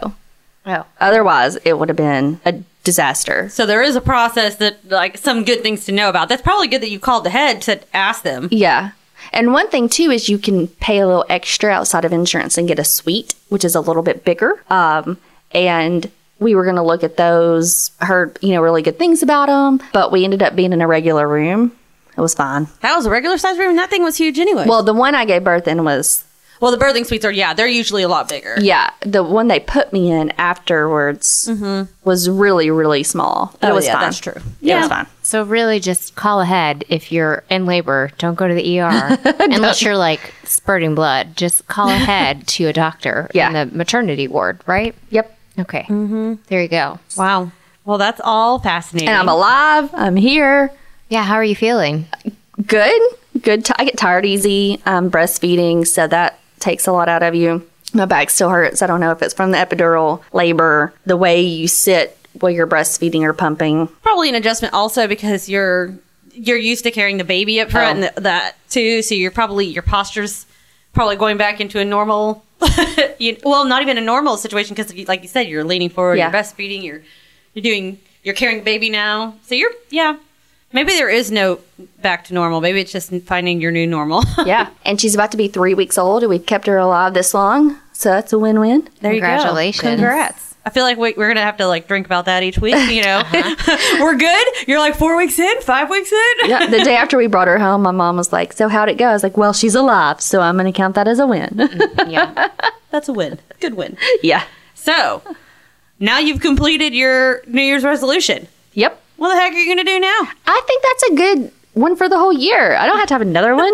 Speaker 3: Oh.
Speaker 1: Otherwise, it would have been a disaster.
Speaker 2: So there is a process that, like, some good things to know about. That's probably good that you called ahead to ask them.
Speaker 1: Yeah. And one thing too is you can pay a little extra outside of insurance and get a suite, which is a little bit bigger. Um, and we were going to look at those, heard you know really good things about them, but we ended up being in a regular room. It was fine.
Speaker 2: That was a regular size room, and that thing was huge anyway. Well,
Speaker 1: Well, the one I gave birth in was
Speaker 2: well, the birthing suites are, yeah, they're usually a lot bigger.
Speaker 1: Yeah, the one they put me in afterwards was really, really small. But
Speaker 2: Mm-hmm. Oh,
Speaker 1: it was
Speaker 2: yeah,
Speaker 1: fine.
Speaker 2: that's true.
Speaker 1: It
Speaker 2: Yeah.
Speaker 1: was fine.
Speaker 3: So really, just call ahead if you're in labor. Don't go to the ER unless you're like spurting blood. Just call ahead to a doctor
Speaker 1: Yeah.
Speaker 3: in the maternity ward, right?
Speaker 1: Yep.
Speaker 3: Okay. Mm-hmm. There you go.
Speaker 2: Wow. Well, that's all fascinating.
Speaker 1: And I'm alive. I'm here.
Speaker 3: Yeah. How are you feeling?
Speaker 1: Good. Good. T- I get tired easy. I'm breastfeeding, so that takes a lot out of you. My back still hurts. I don't know if it's from the epidural labor, the way you sit while you're breastfeeding or pumping.
Speaker 2: probably an adjustment also because you're you're used to carrying the baby up front
Speaker 1: Oh.
Speaker 2: and th- that too so you're probably your posture's probably going back into a normal you, well not even a normal situation because like you said you're leaning forward
Speaker 1: Yeah.
Speaker 2: you're breastfeeding you're you're doing you're carrying the baby now so you're yeah maybe there is no back to normal maybe it's just finding your new normal
Speaker 1: Yeah. and she's about to be three weeks old, and we've kept her alive this long. So that's a win win.
Speaker 2: there you go.
Speaker 3: Congratulations.
Speaker 2: congrats I feel like we, we're gonna have to like drink about that each week. You know, we're good. You're like four weeks in, five weeks in.
Speaker 1: Uh-huh. yeah, the day after we brought her home, my mom was like, "So how'd it go?" I was like, "Well, she's alive, so I'm going to count that as a win."
Speaker 3: Yeah.
Speaker 2: That's a win. Good win.
Speaker 1: yeah.
Speaker 2: So now you've completed your New Year's resolution.
Speaker 1: Yep.
Speaker 2: What the heck are you going to do now?
Speaker 1: I think that's a good one for the whole year. I don't have to have another one.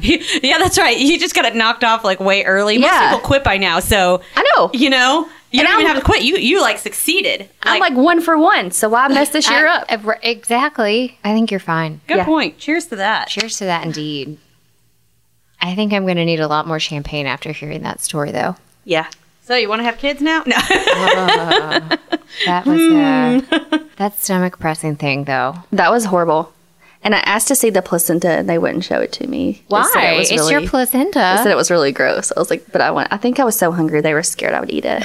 Speaker 2: yeah, that's right. You just got it knocked off like way early.
Speaker 1: Yeah.
Speaker 2: Most people quit by now, so
Speaker 1: I know.
Speaker 2: you know you
Speaker 1: And
Speaker 2: don't even
Speaker 1: I'm-
Speaker 2: have to quit. You you like succeeded.
Speaker 1: I'm like one for one, so why mess this year up?
Speaker 3: I- I- exactly. I think you're fine.
Speaker 2: good
Speaker 1: yeah.
Speaker 2: point. Cheers to that.
Speaker 3: Cheers to that, indeed. I think I'm going to need a lot more champagne after hearing that story, though.
Speaker 1: Yeah.
Speaker 2: So you want to have kids now? No.
Speaker 3: That was
Speaker 2: Hmm.
Speaker 3: uh, that stomach pressing thing, though.
Speaker 1: That was horrible. And I asked to see the placenta, and they wouldn't show it to me. They said it was
Speaker 3: It's
Speaker 1: really-
Speaker 3: your placenta.
Speaker 1: They said it was really gross. I was like, but I want. I think I was so hungry they were scared I would eat it.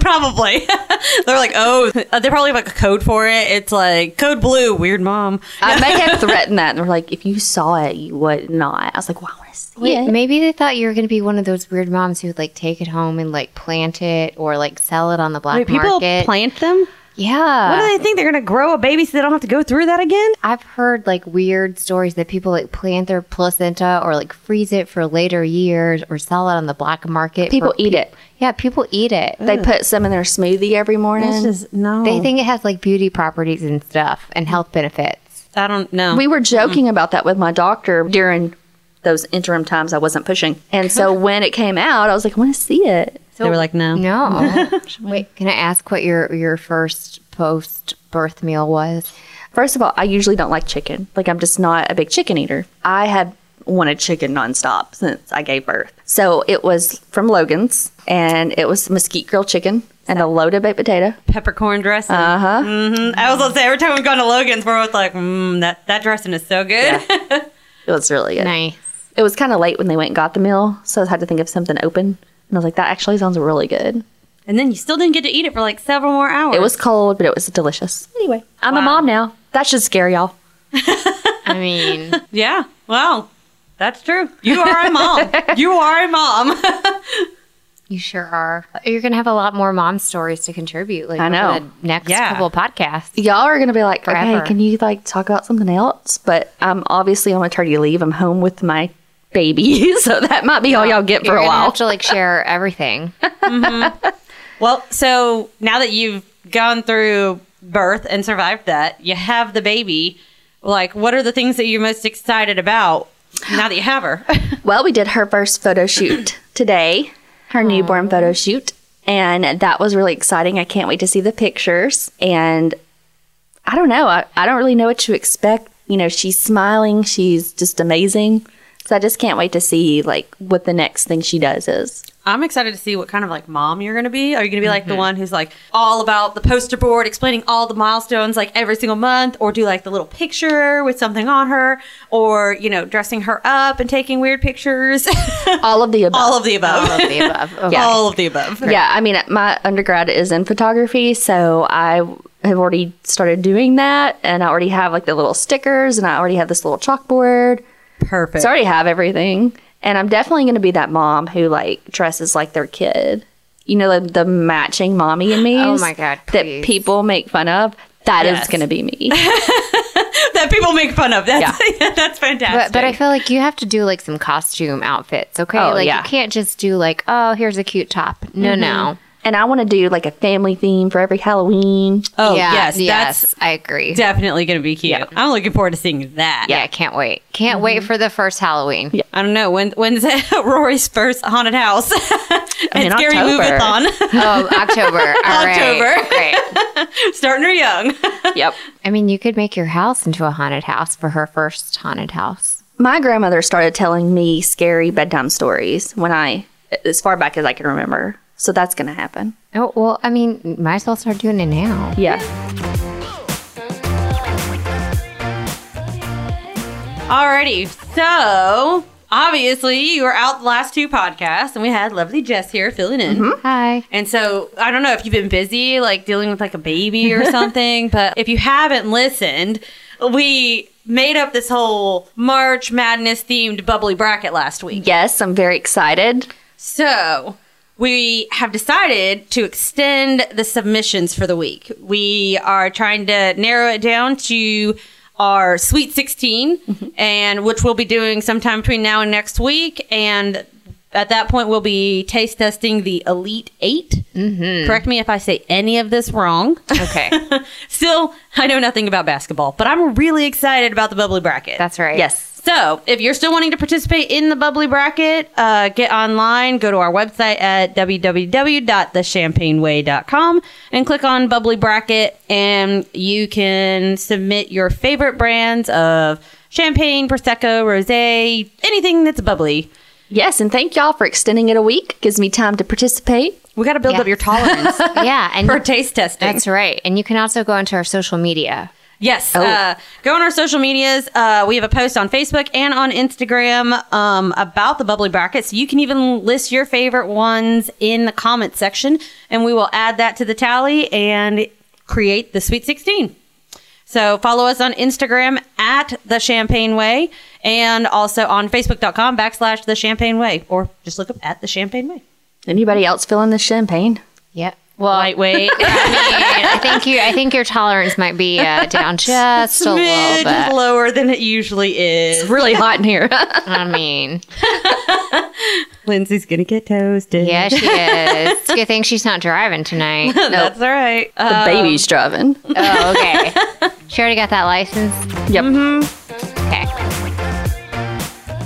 Speaker 2: probably. They're like, oh, they probably have like a code for it. It's like code blue. Weird mom.
Speaker 1: I may have threatened that, and they're like, if you saw it, you would not. I was like, well, I want to see
Speaker 3: Wait,
Speaker 1: it.
Speaker 3: maybe they thought you were going to be one of those weird moms who would like take it home and like plant it or like sell it on the black
Speaker 2: Wait, people
Speaker 3: market.
Speaker 2: plant them.
Speaker 3: yeah,
Speaker 2: What do they think they're going to grow a baby so they don't have to go through that again?
Speaker 3: I've heard like weird stories that people like plant their placenta or like freeze it for later years or sell it on the black market.
Speaker 1: People
Speaker 3: for-
Speaker 1: eat it.
Speaker 3: yeah, people eat it.
Speaker 1: They put some in their smoothie every morning.
Speaker 2: just no.
Speaker 3: They think it has like beauty properties and stuff and health benefits.
Speaker 2: I don't know.
Speaker 1: we were joking about that with my doctor during those interim times I wasn't pushing. And so when it came out, I was like, I want to see it.
Speaker 2: they were like, no.
Speaker 3: No. Wait, can I ask what your your first post birth meal was?
Speaker 1: First of all, I usually don't like chicken. Like, I'm just not a big chicken eater. I have wanted chicken nonstop since I gave birth. So it was from Logan's, and it was mesquite grilled chicken and a load of baked potato.
Speaker 2: Peppercorn dressing. Mm-hmm.
Speaker 1: Uh huh.
Speaker 2: I was gonna say every time we've gone to Logan's, we're both like, mm, that that dressing is so good.
Speaker 1: It was really good.
Speaker 3: Nice.
Speaker 1: It was kind of late when they went and got the meal, so I had to think of something open. And I was like, that actually sounds really good.
Speaker 2: And then you still didn't get to eat it for like several more hours.
Speaker 1: It was cold, but it was delicious. Anyway, I'm a mom now. That should scare y'all.
Speaker 3: I mean,
Speaker 2: Yeah. Wow. That's true. You are a mom. you are a mom.
Speaker 3: you sure are. You're gonna have a lot more mom stories to contribute. Like
Speaker 1: I
Speaker 3: over
Speaker 1: know.
Speaker 3: the next
Speaker 2: Yeah.
Speaker 3: couple of podcasts.
Speaker 1: Y'all are gonna be like,
Speaker 3: Forever.
Speaker 1: okay, can you like talk about something else? But I'm obviously on maternity leave. I'm home with my baby, so that might be all y'all get for
Speaker 3: You're
Speaker 1: a
Speaker 3: gonna
Speaker 1: while.
Speaker 3: have to like share everything.
Speaker 2: well, so now that you've gone through birth and survived that, you have the baby. Like, what are the things that you're most excited about now that you have her?
Speaker 1: Well, we did her first photo shoot today, her newborn photo shoot, and that was really exciting. I can't wait to see the pictures. And I don't know, I, I don't really know what to expect. You know, she's smiling, she's just amazing. So I just can't wait to see like what the next thing she does is.
Speaker 2: I'm excited to see what kind of like mom you're going to be. Are you going to be like the one who's like all about the poster board, explaining all the milestones like every single month, or do like the little picture with something on her, or, you know, dressing her up and taking weird pictures?
Speaker 1: All of the above.
Speaker 2: all of the above. Oh,
Speaker 3: All of the above. Okay.
Speaker 2: All of the above.
Speaker 1: Yeah, I mean, my undergrad is in photography, so I have already started doing that, and I already have like the little stickers, and I already have this little chalkboard.
Speaker 2: Perfect.
Speaker 1: So I already have everything, and I'm definitely going to be that mom who like dresses like their kid. You know, the, the matching mommy and me.
Speaker 3: Oh my God, please.
Speaker 1: That people make fun of. That is
Speaker 2: Yes.
Speaker 1: going to be me.
Speaker 2: that people make fun of. That's that's fantastic.
Speaker 3: But, but I feel like you have to do like some costume outfits, okay?
Speaker 1: Oh,
Speaker 3: like
Speaker 1: yeah.
Speaker 3: you can't just do like, oh, here's a cute top. No, no.
Speaker 1: and I want to do like a family theme for every Halloween.
Speaker 2: oh
Speaker 3: yeah,
Speaker 2: yes,
Speaker 3: yes,
Speaker 2: that's
Speaker 3: I agree.
Speaker 2: definitely going to be cute. I'm looking forward to seeing that.
Speaker 3: yeah, can't wait. Can't wait for the first Halloween.
Speaker 2: I don't know when when's Rory's first haunted house
Speaker 1: mean,
Speaker 2: and scary
Speaker 1: October.
Speaker 2: moveathon.
Speaker 3: Oh, October. All right.
Speaker 2: October.
Speaker 3: Great.
Speaker 2: Starting her young.
Speaker 1: yep.
Speaker 3: I mean, you could make your house into a haunted house for her first haunted house.
Speaker 1: my grandmother started telling me scary bedtime stories when I, as far back as I can remember. So that's going to happen.
Speaker 3: Oh, well, I mean, might as well start doing it now.
Speaker 1: Yeah.
Speaker 2: Alrighty, so obviously you were out the last two podcasts, and we had lovely Jess here filling in.
Speaker 3: Hi.
Speaker 2: And so I don't know if you've been busy, like dealing with like a baby or something, but if you haven't listened, we made up this whole March Madness themed bubbly bracket last week.
Speaker 1: Yes, I'm very excited.
Speaker 2: So we have decided to extend the submissions for the week. We are trying to narrow it down to our Sweet 16, and which we'll be doing sometime between now and next week. And at that point, we'll be taste testing the Elite 8 Correct me if I say any of this wrong.
Speaker 3: Okay.
Speaker 2: Still, I know nothing about basketball, but I'm really excited about the bubbly bracket.
Speaker 3: That's right.
Speaker 1: Yes.
Speaker 2: So, if you're still wanting to participate in the bubbly bracket, uh, get online, go to our website at www.thechampagneway.com and click on bubbly bracket, and you can submit your favorite brands of champagne, prosecco, rosé, anything that's bubbly.
Speaker 1: Yes, and thank y'all for extending it a week. Gives me time to participate.
Speaker 2: We got to build
Speaker 3: Yeah.
Speaker 2: up your tolerance
Speaker 3: Yeah. And
Speaker 2: for taste testing.
Speaker 3: that's right. And you can also go into our social media.
Speaker 2: Yes.
Speaker 3: Oh.
Speaker 2: Uh, go on our social medias. Uh, we have a post on Facebook and on Instagram um, about the bubbly brackets. You can even list your favorite ones in the comment section, and we will add that to the tally and create the Sweet 16. So follow us on Instagram at The Champagne Way and also on Facebook.com backslash The Champagne Way, or just look up at The Champagne Way.
Speaker 1: Anybody else feeling the champagne?
Speaker 3: Yep. Well,
Speaker 2: Lightweight.
Speaker 3: I think you. I think your tolerance might be uh, down just a little
Speaker 2: Smidge
Speaker 3: bit.
Speaker 2: lower than it usually is.
Speaker 1: It's really hot in here.
Speaker 3: I mean,
Speaker 2: Lindsay's going to get toasted.
Speaker 3: yeah, she is. It's a good thing she's not driving tonight.
Speaker 2: That's all right.
Speaker 1: the baby's driving.
Speaker 3: Oh, okay. She already got that license.
Speaker 1: Yep.
Speaker 3: Okay.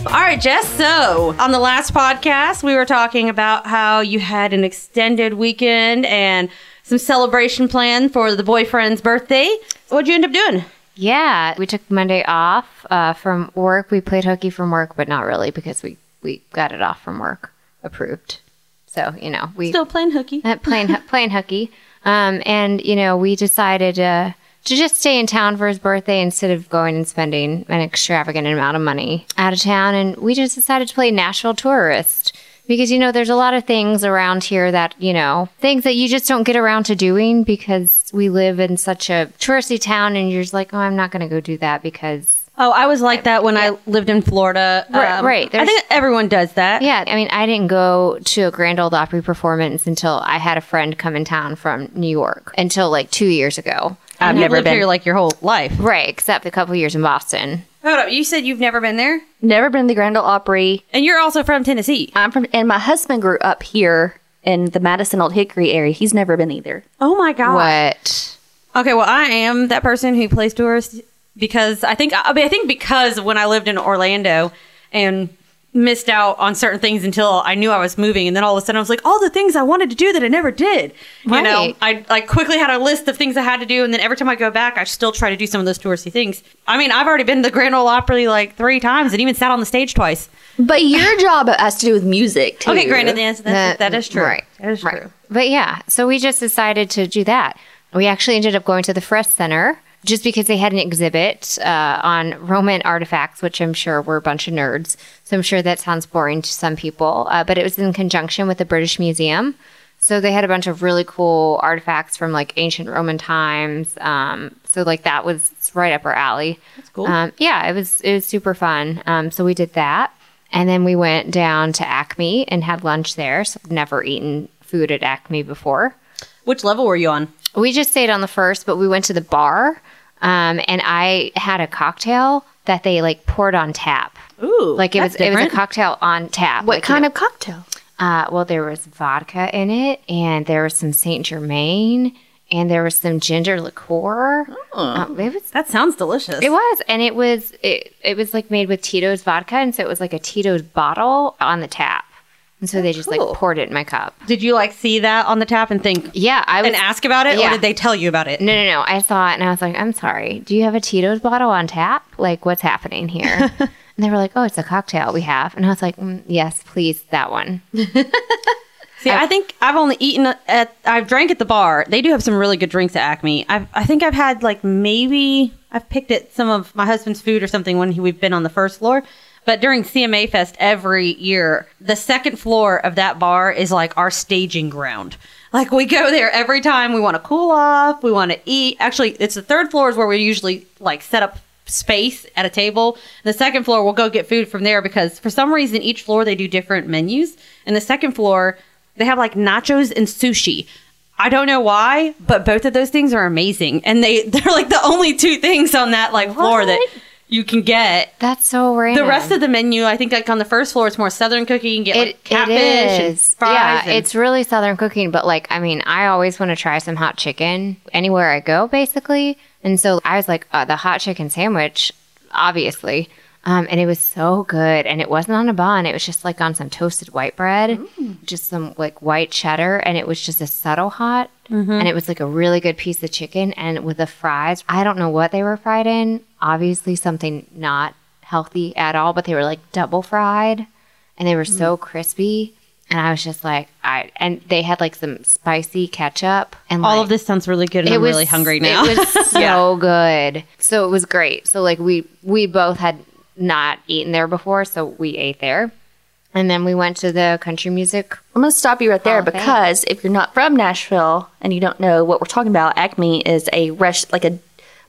Speaker 2: All right, Jess. So, on the last podcast, we were talking about how you had an extended weekend and some celebration plan for the boyfriend's birthday. What'd you end up doing?
Speaker 3: Yeah, we took Monday off uh, from work. We played hooky from work, but not really because we we got it off from work approved. So you know we
Speaker 2: Still playing hooky.
Speaker 3: Uh, playing hoo- playing hooky. Um, and you know, we decided uh, to just stay in town for his birthday instead of going and spending an extravagant amount of money out of town. And we just decided to play Nashville tourist because, you know, there's a lot of things around here that, you know, things that you just don't get around to doing because we live in such a touristy town and you're just like, oh, I'm not going to go do that because
Speaker 2: Oh, I was like that when I lived in Florida. Um,
Speaker 3: Right, right,
Speaker 2: I
Speaker 3: there's-
Speaker 2: think everyone does that.
Speaker 3: Yeah, I mean, I didn't go to a Grand Ole Opry performance until I had a friend come in town from New York until like two years ago.
Speaker 1: I've
Speaker 2: You've
Speaker 1: never
Speaker 2: lived
Speaker 1: been.
Speaker 2: here like your whole life.
Speaker 3: Right, except a couple years in Boston.
Speaker 2: Hold up, you said you've never been there,
Speaker 1: Never been to the Grand Ole Opry.
Speaker 2: and you're also from Tennessee.
Speaker 1: I'm from, and my husband grew up here in the Madison Old Hickory area. He's never been either.
Speaker 2: Oh my god.
Speaker 3: What?
Speaker 2: Okay, well, I am that person who plays tourist because I think I mean I think because when I lived in Orlando and missed out on certain things until I knew I was moving, and then all of a sudden I was like, all the things I wanted to do that I never did. You know,
Speaker 3: Right.
Speaker 2: I like quickly had a list of things I had to do, and then every time I go back, I still try to do some of those touristy things. I mean, I've already been to the Grand Ole Opry like three times, and even sat on the stage twice.
Speaker 1: But your job has to do with music, too.
Speaker 2: Okay, granted, that's, that's,
Speaker 3: That-
Speaker 2: that is true.
Speaker 3: Right.
Speaker 2: that is
Speaker 3: right.
Speaker 2: true.
Speaker 3: But yeah, so we just decided to do that. We actually ended up going to the Fresh Center just because they had an exhibit uh, on Roman artifacts, which I'm sure we're a bunch of nerds. So I'm sure that sounds boring to some people, uh, but it was in conjunction with the British Museum. So they had a bunch of really cool artifacts from like ancient Roman times. Um, so like that was right up our alley. That's
Speaker 2: cool.
Speaker 3: Um, yeah, it was it was super fun. Um, so we did that, and then we went down to Acme and had lunch there. So I've never eaten food at Acme before.
Speaker 2: Which level were you on?
Speaker 3: We just stayed on the first, but we went to the bar, um, and I had a cocktail that they like poured on tap.
Speaker 2: Ooh,
Speaker 3: Like it was
Speaker 2: that's
Speaker 3: it was
Speaker 2: different.
Speaker 3: a cocktail on tap.
Speaker 1: What
Speaker 3: Like,
Speaker 1: kind of cocktail?
Speaker 3: uh, well, there was vodka in it, and there was some Saint Germain, and there was some ginger liqueur. Um, it was
Speaker 2: that sounds delicious.
Speaker 3: it was, and it was it, it was like made with Tito's vodka, and so it was like a Tito's bottle on the tap, and
Speaker 2: Oh,
Speaker 3: so they just
Speaker 1: cool.
Speaker 3: like poured it in my cup.
Speaker 2: Did you like see that on the tap and think
Speaker 3: Yeah, I was
Speaker 2: and ask about it, or
Speaker 3: yeah.
Speaker 2: did they tell you about it?
Speaker 3: No, no, no. I saw it and I was like, I'm sorry. Do you have a Tito's bottle on tap? Like, what's happening here? and they were like, Oh, it's a cocktail we have. And I was like, mm, Yes, please, that one.
Speaker 2: See, I, think I've only eaten at I've drank at the bar. They do have some really good drinks at Acme. I've, I think I've had like maybe I've picked at some of my husband's food or something when he, we've been on the first floor. But during CMA Fest every year, the second floor of that bar is like our staging ground. Like we go there every time we want to cool off, we want to eat. Actually, it's the third floor is where we usually like set up space at a table. The second floor we'll go get food from there because for some reason each floor they do different menus. And the second floor they have like nachos and sushi. I don't know why, but both of those things are amazing, and they they're like the only two things on that like floor that
Speaker 3: What?
Speaker 2: you can get.
Speaker 3: That's so random.
Speaker 2: The rest of the menu, I think, like on the first floor, it's more southern cooking. You can get
Speaker 3: it,
Speaker 2: like catfish
Speaker 3: it
Speaker 2: and
Speaker 3: is.
Speaker 2: fries.
Speaker 3: yeah,
Speaker 2: and-
Speaker 3: it's really Southern cooking, but like, I mean, I always want to try some hot chicken anywhere I go, basically. And so I was like, uh, the hot chicken sandwich, obviously. Um, and it was so good. And it wasn't on a bun, it was just like on some toasted white bread,
Speaker 2: Mm.
Speaker 3: just some like white cheddar. And it was just a subtle hot.
Speaker 2: Mm-hmm.
Speaker 3: And it was like a really good piece of chicken. And with the fries, I don't know what they were fried in. Obviously, something not healthy at all, but they were like double fried and they were
Speaker 2: Mm.
Speaker 3: so crispy. And I was just like, I and they had like some spicy ketchup and
Speaker 2: all
Speaker 3: like,
Speaker 2: of this sounds really good. And I'm really hungry now.
Speaker 3: It was so good, so it was great. So like we we both had not eaten there before, so we ate there, and then we went to the country music.
Speaker 1: I'm going to stop you right there
Speaker 3: Oh, thanks.
Speaker 1: because if you're not from Nashville and you don't know what we're talking about, Acme is a res- like a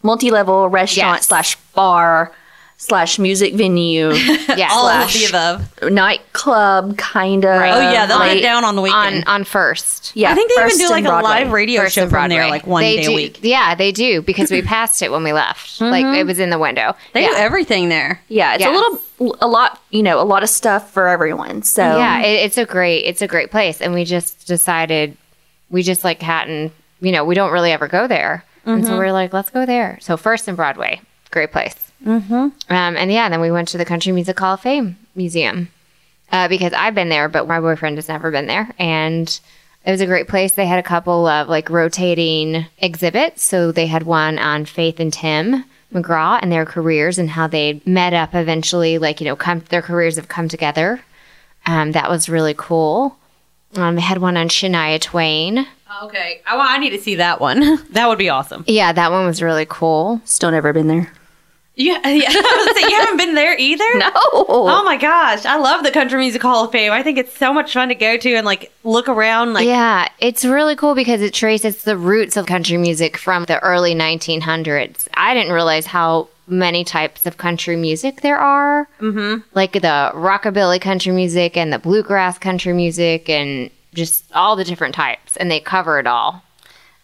Speaker 1: multi-level restaurant
Speaker 3: Yes.
Speaker 1: slash bar slash music venue
Speaker 3: Yeah,
Speaker 2: all of the
Speaker 1: Slash.
Speaker 2: above.
Speaker 1: nightclub kind of.
Speaker 2: Oh yeah, they'll
Speaker 1: like,
Speaker 2: get down on the weekend.
Speaker 3: on on first.
Speaker 1: Yeah,
Speaker 2: I think they even
Speaker 1: First
Speaker 2: do
Speaker 1: and
Speaker 2: like a
Speaker 1: Broadway.
Speaker 2: live radio
Speaker 3: First
Speaker 2: show
Speaker 3: and
Speaker 2: from there,
Speaker 3: Broadway.
Speaker 2: like one
Speaker 3: They
Speaker 2: day
Speaker 3: do-
Speaker 2: a week. Mm-hmm.
Speaker 3: Yeah, they do because we passed it when we left. Like it was in the window.
Speaker 2: They
Speaker 3: yeah.
Speaker 2: do everything there.
Speaker 1: Yeah, it's
Speaker 3: Yes.
Speaker 1: a little, a lot, you know, a lot of stuff for everyone. So
Speaker 3: yeah it, it's a great it's a great place and we just decided we just like hadn't you know we don't really ever go there and so we are like let's go there so first in broadway great place mm-hmm. um, and yeah then we went to the country music hall of fame museum uh, because i've been there but my boyfriend has never been there and it was a great place they had a couple of like rotating exhibits so they had one on faith and tim mcgraw and their careers and how they met up eventually like you know come their careers have come together um, that was really cool. Um, I had one on Shania Twain.
Speaker 2: Okay. I, want, I need to see that one. That would be awesome.
Speaker 3: Yeah, that one was really cool.
Speaker 1: Still never been there.
Speaker 2: Yeah. yeah. so you haven't been there either?
Speaker 1: No.
Speaker 2: Oh my gosh. I love the Country Music Hall of Fame. I think it's so much fun to go to and like look around. Like,
Speaker 3: yeah, it's really cool because it traces the roots of country music from the early 1900s. I didn't realize how many types of country music there are. Mm-hmm. Like the rockabilly country music and the bluegrass country music and just all the different types. And they cover it all.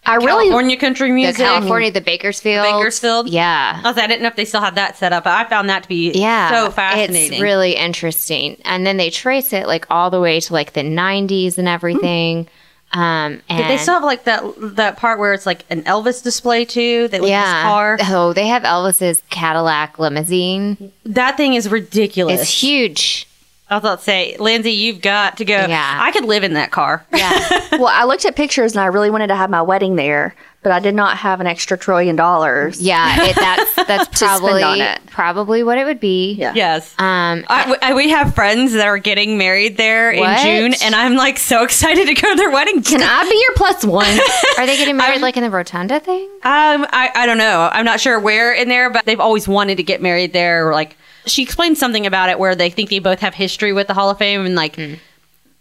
Speaker 1: I really
Speaker 2: California country
Speaker 3: The
Speaker 2: music.
Speaker 3: California, the Bakersfield.
Speaker 2: Bakersfield?
Speaker 3: Yeah.
Speaker 2: Also, I didn't know if they still had that set up, but I found that to be
Speaker 3: yeah
Speaker 2: so fascinating.
Speaker 3: it's really interesting and then they trace it like all the way to like the 90s and everything um and
Speaker 2: Did they still have like that that part where it's like an Elvis display too? That was his car.
Speaker 3: oh they have elvis's cadillac limousine
Speaker 2: That thing is ridiculous.
Speaker 3: it's huge
Speaker 2: I was about to say, Lindsay, you've got to go.
Speaker 3: Yeah.
Speaker 2: I could live in that car.
Speaker 3: yeah
Speaker 1: well, I looked at pictures and I really wanted to have my wedding there, but I did not have an extra trillion dollars.
Speaker 3: yeah it, that's that's
Speaker 1: spend
Speaker 3: probably
Speaker 1: on it.
Speaker 3: probably what it would be
Speaker 1: Yeah.
Speaker 2: Yes.
Speaker 3: um
Speaker 2: I, w- I- we have friends that are getting married there
Speaker 3: What?
Speaker 2: in June, and I'm like so excited to go to their wedding.
Speaker 1: Can I be your plus one?
Speaker 3: are they getting married like in the rotunda thing
Speaker 2: Um, I, I don't know. I'm not sure where in there, but they've always wanted to get married there. Or like she explained something about it where they think they both have history with the Hall of Fame and like
Speaker 1: Mm.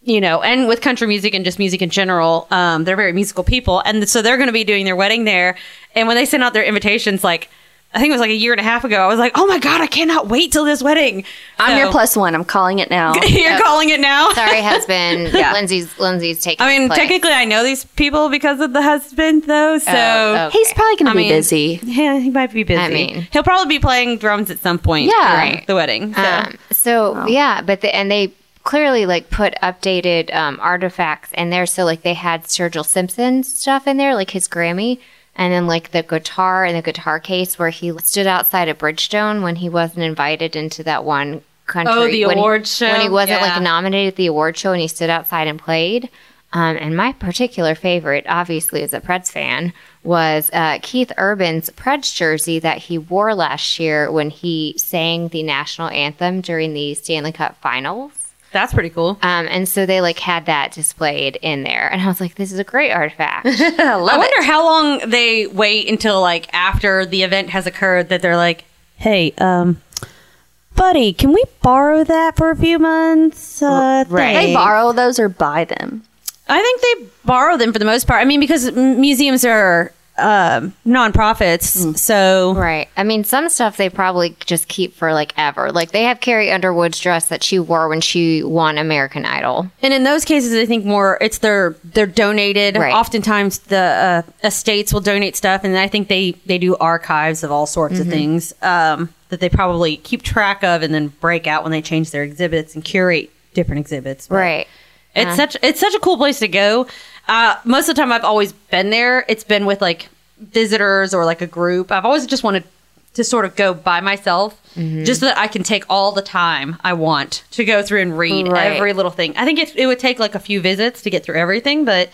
Speaker 2: you know, and with country music and just music in general. Um, they're very musical people, and so they're going to be doing their wedding there. And when they sent out their invitations, like I think it was like a year and a half ago, I was like, oh my god, I cannot wait till this wedding.
Speaker 1: I'm
Speaker 2: So-
Speaker 1: your plus one. I'm calling it now.
Speaker 2: You're calling it now.
Speaker 3: sorry husband
Speaker 1: Yeah.
Speaker 3: lindsay's lindsay's taking
Speaker 2: I mean,
Speaker 3: his place.
Speaker 2: technically, I know these people because of the husband, though. So
Speaker 3: Oh,
Speaker 1: He's probably going
Speaker 2: I
Speaker 1: to be
Speaker 2: mean-
Speaker 1: busy.
Speaker 2: Yeah, he might be busy.
Speaker 3: I mean-
Speaker 2: he'll probably be playing drums at some point.
Speaker 1: Yeah.
Speaker 2: during
Speaker 1: Right.
Speaker 2: the wedding. So.
Speaker 3: Um, so yeah, but the, and they clearly like put updated um, artifacts in there. So like they had Sergil Simpson's stuff in there, like his Grammy, and then like the guitar and the guitar case where he stood outside of Bridgestone when he wasn't invited into that one country.
Speaker 2: Oh, the
Speaker 3: when he-
Speaker 2: award show?
Speaker 3: when he wasn't
Speaker 2: Yeah.
Speaker 3: like nominated at the award show and he stood outside and played. Um, and my particular favorite, obviously, as a Preds fan, was uh, Keith Urban's Preds jersey that he wore last year when he sang the national anthem during the Stanley Cup Finals.
Speaker 2: That's pretty cool.
Speaker 3: Um, and so they like had that displayed in there, and I was like, "This is a great artifact."
Speaker 1: I
Speaker 2: I
Speaker 1: love it.
Speaker 2: wonder how long they wait until like after the event has occurred that they're like, "Hey, um, buddy, can we borrow that for a few months?" Uh,
Speaker 1: They
Speaker 3: right.
Speaker 2: thanks."
Speaker 1: borrow those or buy them.
Speaker 2: I think they borrow them for the most part. I mean, because m- museums are um, nonprofits, so
Speaker 3: right? I mean, some stuff they probably just keep for like ever. Like they have Carrie Underwood's dress that she wore when she won American Idol.
Speaker 2: And in those cases, I think more it's their they're donated.
Speaker 3: Right.
Speaker 2: Oftentimes, the uh, estates will donate stuff, and I think they they do archives of all sorts of things um, that they probably keep track of, and then break out when they change their exhibits and curate different exhibits. But
Speaker 3: Right.
Speaker 2: It's such it's such a cool place to go. Uh, most of the time, I've always been there. It's been with like visitors or like a group. I've always just wanted to sort of go by myself,
Speaker 3: Mm-hmm.
Speaker 2: just so that I can take all the time I want to go through and read
Speaker 3: Right.
Speaker 2: every little thing. I think it, it would take like a few visits to get through everything, but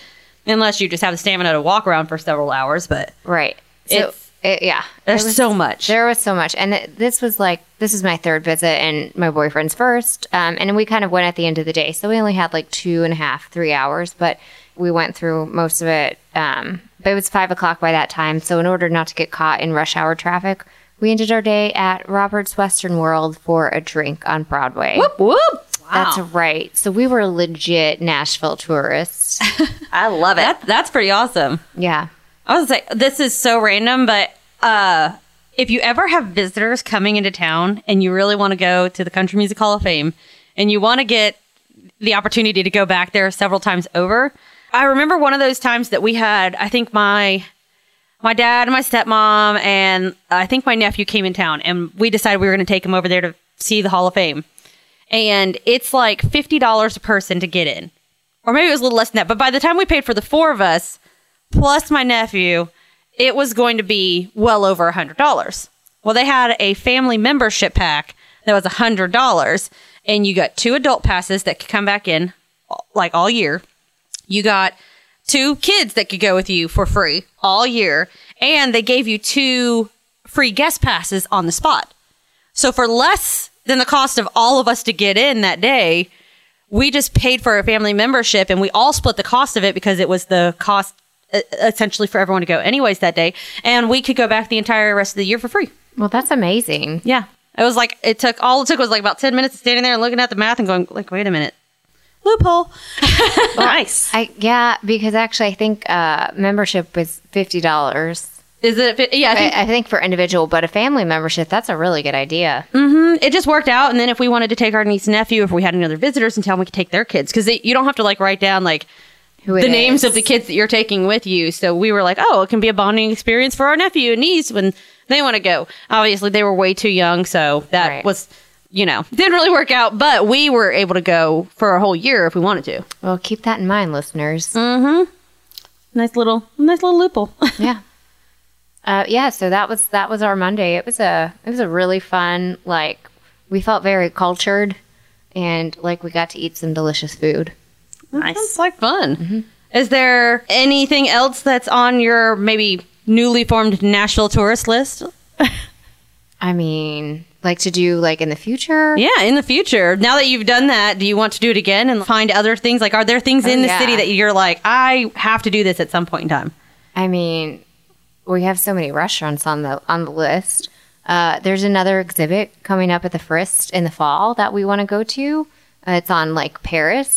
Speaker 2: unless you just have the stamina to walk around for several hours, but
Speaker 3: Right. So,
Speaker 2: It's-
Speaker 3: it, yeah.
Speaker 2: there's
Speaker 3: It was-
Speaker 2: so much.
Speaker 3: There was so much. And th- this was like, this is my third visit and my boyfriend's first. Um, and we kind of went at the end of the day. So we only had like two and a half, three hours, but we went through most of it. Um, but it was five o'clock by that time. So in order not to get caught in rush hour traffic, we ended our day at Robert's Western World for a drink on Broadway.
Speaker 1: Whoop, whoop.
Speaker 3: That's right. So we were legit Nashville tourists.
Speaker 1: I love it.
Speaker 2: that that's pretty awesome.
Speaker 3: yeah.
Speaker 2: I was like, this is so random, but uh, if you ever have visitors coming into town and you really want to go to the Country Music Hall of Fame and you want to get the opportunity to go back there several times over, I remember one of those times that we had, I think my my dad and my stepmom and I think my nephew came in town and we decided we were going to take him over there to see the Hall of Fame. And it's like $50 a person to get in. Or maybe it was a little less than that, but by the time we paid for the four of us, plus my nephew, it was going to be well over $100. Well, they had a family membership pack that was $100, and you got two adult passes that could come back in like all year. You got two kids that could go with you for free all year, and they gave you two free guest passes on the spot. So for less than the cost of all of us to get in that day, we just paid for a family membership and we all split the cost of it because it was the cost uh, essentially for everyone to go anyways that day, and we could go back the entire rest of the year for free.
Speaker 3: Well, that's amazing.
Speaker 2: Yeah. It was like it took all it took was like about ten minutes of standing there and looking at the math and going like, wait a minute, loophole. nice.
Speaker 3: I yeah, because actually, I think uh, membership was fifty dollars.
Speaker 2: Is it? fi- Yeah. I think
Speaker 3: I, I think for individual, but a family membership, that's a really good idea.
Speaker 2: Mm. it just worked out. And then if we wanted to take our niece and nephew, if we had any other visitors in town, we could take their kids because you don't have to like write down like
Speaker 3: Who it
Speaker 2: the names
Speaker 3: is.
Speaker 2: of the kids that you're taking with you. So we were like, oh, it can be a bonding experience for our nephew and niece when they want to go. Obviously, they were way too young, so that
Speaker 3: Right.
Speaker 2: was. You know, didn't really work out, but we were able to go for a whole year if we wanted to.
Speaker 3: Well, keep that in mind, listeners.
Speaker 2: Mm. Nice little, nice little loophole.
Speaker 3: yeah uh, yeah so that was that was our monday it was a it was a really fun like we felt very cultured and like we got to eat some delicious food
Speaker 2: Nice. Sounds like fun. Is there anything else that's on your maybe newly formed national tourist list?
Speaker 3: i mean like to do like in the future
Speaker 2: Yeah, in the future. Now that you've done that, do you want to do it again and find other things? Like, are there things in the
Speaker 3: yeah.
Speaker 2: city that you're like, I have to do this at some point in time?
Speaker 3: i mean we have so many restaurants on the on the list uh, there's another exhibit coming up at the frist in the fall that we want to go to uh, it's on like paris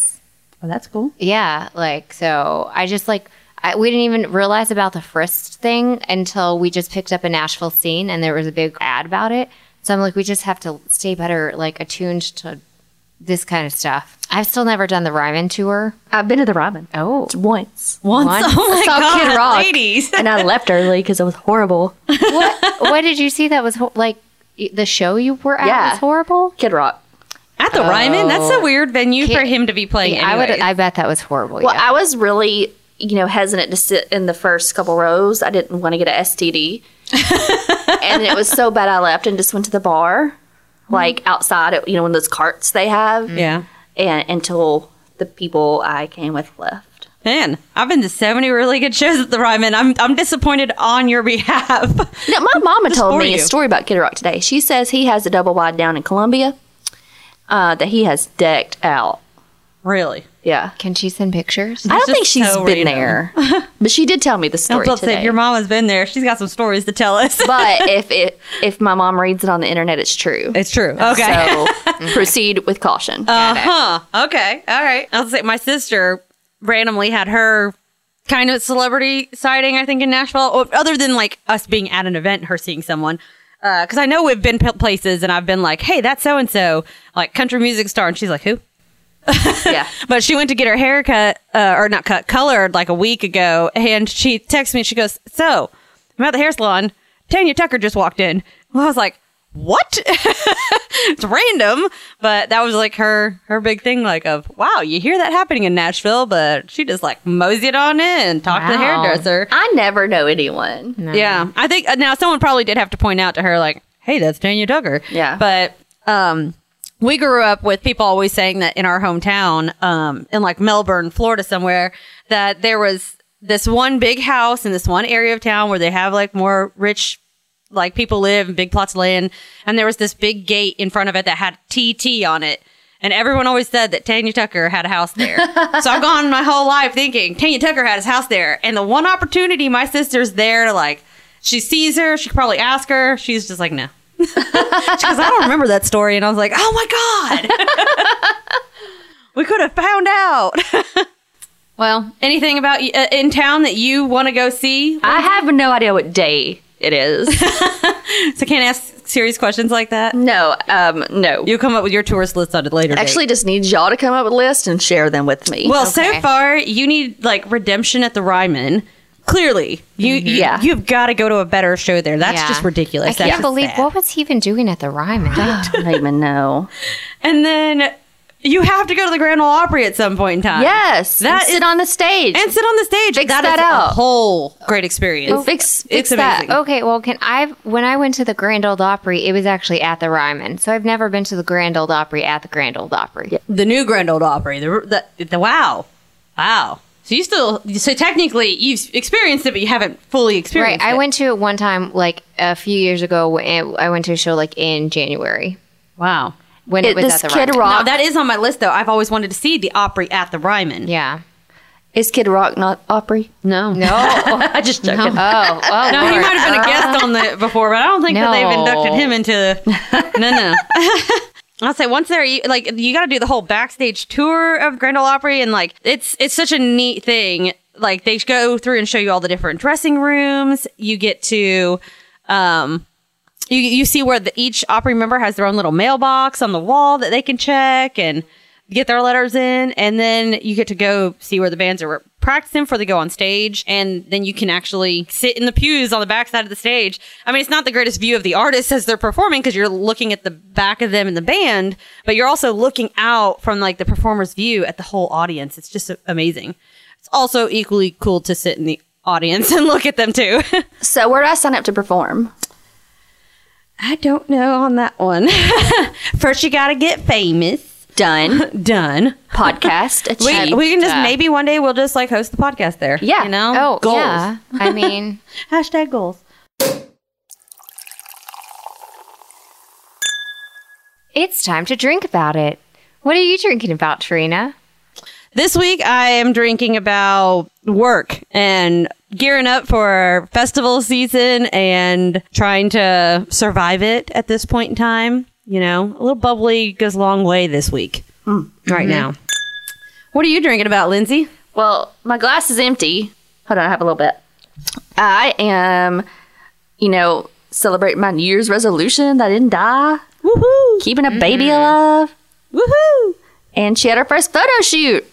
Speaker 2: Well, Oh, that's cool.
Speaker 3: Yeah, like so I just like I, we didn't even realize about the Frist thing until we just picked up a Nashville scene and there was a big ad about it. So I'm like we just have to stay better like attuned to this kind of stuff. I've still never done the Ryman tour.
Speaker 1: I've been to the Robin
Speaker 3: Oh.
Speaker 1: once,
Speaker 2: Once,
Speaker 3: Once.
Speaker 2: oh my
Speaker 1: Saw Kid
Speaker 2: god,
Speaker 1: Rock.
Speaker 2: ladies.
Speaker 1: and I left early because it was horrible.
Speaker 3: What what did you see that was ho- like y- the show you were at
Speaker 1: Yeah.
Speaker 3: was horrible?
Speaker 1: Kid Rock.
Speaker 2: At the Ryman, that's a weird venue for
Speaker 3: Kid-
Speaker 2: him to be playing.
Speaker 3: I would
Speaker 2: anyways.
Speaker 3: I bet that was horrible.
Speaker 1: Well,
Speaker 3: yeah.
Speaker 1: I was really, you know, hesitant to sit in the first couple rows. I didn't want to get an STD. and it was so bad I left and just went to the bar, like outside, at, you know, one of those carts they have.
Speaker 2: yeah.
Speaker 1: And until the people I came with left.
Speaker 2: Man, I've been to so many really good shows at the Ryman. I'm I'm disappointed on your behalf.
Speaker 1: Now, my mama told
Speaker 2: for
Speaker 1: me
Speaker 2: you.
Speaker 1: a story about Kid Rock today. She says he has a double wide down in Columbia uh, that he has decked out.
Speaker 2: really.
Speaker 1: Yeah.
Speaker 3: Can she send pictures?
Speaker 1: I don't
Speaker 2: just
Speaker 1: think she's
Speaker 2: so
Speaker 1: been
Speaker 2: random.
Speaker 1: there, but she did tell me the
Speaker 2: I'm
Speaker 1: story
Speaker 2: about to say,
Speaker 1: today.
Speaker 2: if your mama's been there, she's got some stories to tell us.
Speaker 1: but if it, if my mom reads it on the internet, it's true.
Speaker 2: It's true. Okay.
Speaker 1: So proceed with caution.
Speaker 2: uh huh. Okay. All right. I'll say my sister randomly had her kind of celebrity sighting, I think, in Nashville. Or other than like us being at an event, her seeing someone. Because I know we've been p- places and I've been like, hey, that's so and so, like country music star. And she's like, who?
Speaker 1: yeah.
Speaker 2: But she went to get her hair cut, uh, or not cut, colored like a week ago. And she texts me and she goes, So, I'm at the hair salon. Tanya Tucker just walked in. Well, I was like, What? it's random. But that was like her, her big thing, like, of wow, you hear that happening in Nashville, but she just like moseyed on in, talked to the
Speaker 3: Wow.
Speaker 2: hairdresser.
Speaker 1: I never know anyone.
Speaker 2: Yeah. I think uh, now someone probably did have to point out to her, like, hey, that's Tanya Tucker.
Speaker 1: Yeah.
Speaker 2: But um, we grew up with people always saying that in our hometown, um, in like Melbourne, Florida, somewhere, that there was this one big house in this one area of town where they have like more rich like people live in big plots of land and there was this big gate in front of it that had tt on it and everyone always said that tanya tucker had a house there so i've gone my whole life thinking tanya tucker had his house there and the one opportunity my sister's there like she sees her she could probably ask her she's just like no because i don't remember that story and i was like oh my god we could have found out well anything about y- uh, in town that you want to go see
Speaker 1: I have no idea what day it is.
Speaker 2: so can't ask serious questions like that
Speaker 1: no, um, no.
Speaker 2: You'll come up with your tourist list on a later date.
Speaker 1: Actually, just need y'all to come up with a list and share them with me.
Speaker 2: well,
Speaker 3: okay.
Speaker 2: so far you need like redemption at the Ryman. Clearly, you
Speaker 1: Yeah.
Speaker 2: Mm-hmm. yeah you've got to go to a better show there. That's
Speaker 3: Yeah.
Speaker 2: just ridiculous.
Speaker 3: I
Speaker 2: That's
Speaker 3: can't
Speaker 2: just
Speaker 3: believe
Speaker 2: sad.
Speaker 3: what was he even doing at the Ryman?
Speaker 1: I don't even know.
Speaker 2: And then you have to go to the Grand Ole Opry at some point in time.
Speaker 1: Yes,
Speaker 2: That
Speaker 1: Uh, that
Speaker 2: is-
Speaker 1: sit on the stage.
Speaker 2: and sit on the stage.
Speaker 1: Fix
Speaker 2: That
Speaker 1: that
Speaker 2: is
Speaker 1: out.
Speaker 2: a whole great experience.
Speaker 1: fix
Speaker 2: it's
Speaker 1: fix that.
Speaker 2: amazing.
Speaker 3: Okay, well, can I? When I went to the Grand Old Opry, it was actually at the Ryman, so I've never been to the Grand Old Opry at the Grand Old Opry.
Speaker 2: The new Grand Ole Opry. The, the, the wow, wow. So you still so technically you've experienced it, but you haven't fully
Speaker 3: Right,
Speaker 2: experienced it.
Speaker 3: I went to it one time, like a few years ago. When I went to a show like in January
Speaker 2: Wow.
Speaker 3: when it,
Speaker 1: It-
Speaker 3: was
Speaker 1: this
Speaker 3: at the
Speaker 1: Kid
Speaker 3: Ryman.
Speaker 1: Rock.
Speaker 2: Now that is on my list though. I've always wanted to see the Opry at the Ryman.
Speaker 3: Yeah,
Speaker 1: Is Kid Rock not Opry?
Speaker 2: No. No.
Speaker 3: No.
Speaker 1: I just
Speaker 3: Oh,
Speaker 1: joking.
Speaker 3: oh,
Speaker 2: No, he
Speaker 3: Lord.
Speaker 2: might have been a guest on the before, but I don't think that they've
Speaker 3: No.
Speaker 2: inducted him into. No, no. I'll say once they're you- like you got to do the whole backstage tour of Grand Ole Opry, and like it's it's such a neat thing. Like they go through and show you all the different dressing rooms. You get to, um, you you see where the, each Opry member has their own little mailbox on the wall that they can check and get their letters in, and then you get to go see where the bands are practicing before they go on stage, and then you can actually sit in the pews on the backside of the stage. I mean, it's not the greatest view of the artists as they're performing because you're looking at the back of them in the band, but you're also looking out from like the performer's view at the whole audience. It's just amazing. It's also equally cool to sit in the audience and look at them too.
Speaker 1: So where do I sign up to perform?
Speaker 2: I don't know on that one. First, you got to get famous.
Speaker 1: Done.
Speaker 2: Done.
Speaker 1: Podcast
Speaker 2: We,
Speaker 1: achieved.
Speaker 2: we can just maybe one day we'll just like host the podcast there.
Speaker 1: Yeah.
Speaker 2: You know?
Speaker 3: Oh, yeah. I mean,
Speaker 2: Hashtag goals.
Speaker 3: it's time to drink about it. What are you drinking about, Trina?
Speaker 2: This week I am drinking about work and gearing up for festival season and trying to survive it at this point in time. You know, a little bubbly goes a long way this week. Right now. What are you drinking about, Lindsay?
Speaker 1: well, my glass is empty. Hold on, I have a little bit. I am, you know, celebrating my New Year's resolution that I didn't die,
Speaker 2: Woohoo!
Speaker 1: keeping a baby alive,
Speaker 2: Woohoo!
Speaker 1: and she had her first photo shoot.